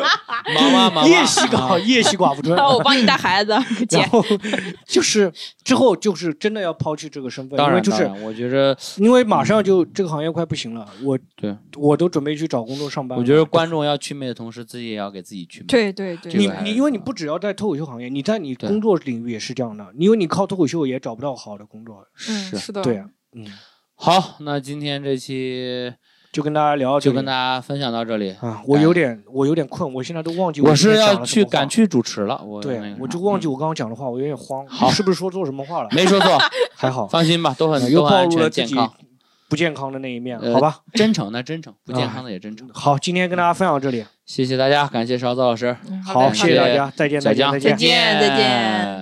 [SPEAKER 2] 忙吗？忙吗？
[SPEAKER 1] 夜袭搞
[SPEAKER 2] 啊
[SPEAKER 1] 夜袭寡妇村。
[SPEAKER 3] 哦我帮你带孩子， 姐
[SPEAKER 1] 然。后就是之后就是真的要抛弃这个身份，
[SPEAKER 2] 当
[SPEAKER 1] 因为
[SPEAKER 2] 然，
[SPEAKER 1] 就
[SPEAKER 2] 当
[SPEAKER 1] 是
[SPEAKER 2] 然，我觉着，
[SPEAKER 1] 因为马上就这个行业快不行了，我
[SPEAKER 2] 嗯对
[SPEAKER 1] 我都准备去找工作上班了。
[SPEAKER 2] 我觉得观众要祛魅的同时，自己也要给自己祛魅。
[SPEAKER 3] 对对对，嗯
[SPEAKER 2] 这
[SPEAKER 1] 你
[SPEAKER 2] 个还
[SPEAKER 1] 你
[SPEAKER 2] 是
[SPEAKER 1] 因为你
[SPEAKER 2] 什么
[SPEAKER 1] 不只要在脱口秀行业，你在你
[SPEAKER 2] 对
[SPEAKER 1] 工作领域也是这样的，因为你靠脱口秀也找不到好的工作。
[SPEAKER 3] 嗯，
[SPEAKER 2] 是。
[SPEAKER 3] 是的，
[SPEAKER 1] 对啊，嗯，
[SPEAKER 2] 好，那今天这期
[SPEAKER 1] 就跟大家聊到这
[SPEAKER 2] 就
[SPEAKER 1] 里，
[SPEAKER 2] 跟大家分享到这里。
[SPEAKER 1] 啊，我有点我有点困，我现在都忘记
[SPEAKER 2] 我
[SPEAKER 1] 今
[SPEAKER 2] 是
[SPEAKER 1] 天讲
[SPEAKER 2] 要
[SPEAKER 1] 了什
[SPEAKER 2] 去
[SPEAKER 1] 么话
[SPEAKER 2] 赶。去主持了，我那
[SPEAKER 1] 对
[SPEAKER 2] 个，
[SPEAKER 1] 我
[SPEAKER 2] 啥
[SPEAKER 1] 就忘记
[SPEAKER 2] 嗯
[SPEAKER 1] 我刚刚讲的话，我有点慌。
[SPEAKER 2] 好
[SPEAKER 1] 是不是说错什么话了？
[SPEAKER 2] 没 说错，
[SPEAKER 1] 还好，嗯
[SPEAKER 2] 放心吧，都很
[SPEAKER 1] 又
[SPEAKER 2] 都很
[SPEAKER 1] 暴
[SPEAKER 2] 安
[SPEAKER 1] 露了
[SPEAKER 2] 全
[SPEAKER 1] 自
[SPEAKER 2] 健
[SPEAKER 1] 己
[SPEAKER 2] 康，
[SPEAKER 1] 不健康的那一面，
[SPEAKER 2] 呃
[SPEAKER 1] 好吧？
[SPEAKER 2] 真诚那真诚，不健康的也真诚。
[SPEAKER 1] 好，今天跟大家分享到这里。
[SPEAKER 2] 谢谢大家，感谢勺子老师，
[SPEAKER 3] 嗯
[SPEAKER 1] 好，
[SPEAKER 3] 的
[SPEAKER 1] 谢谢大家，再见，
[SPEAKER 2] 小
[SPEAKER 1] 再见，
[SPEAKER 2] 江，
[SPEAKER 1] 再见。
[SPEAKER 3] 见再见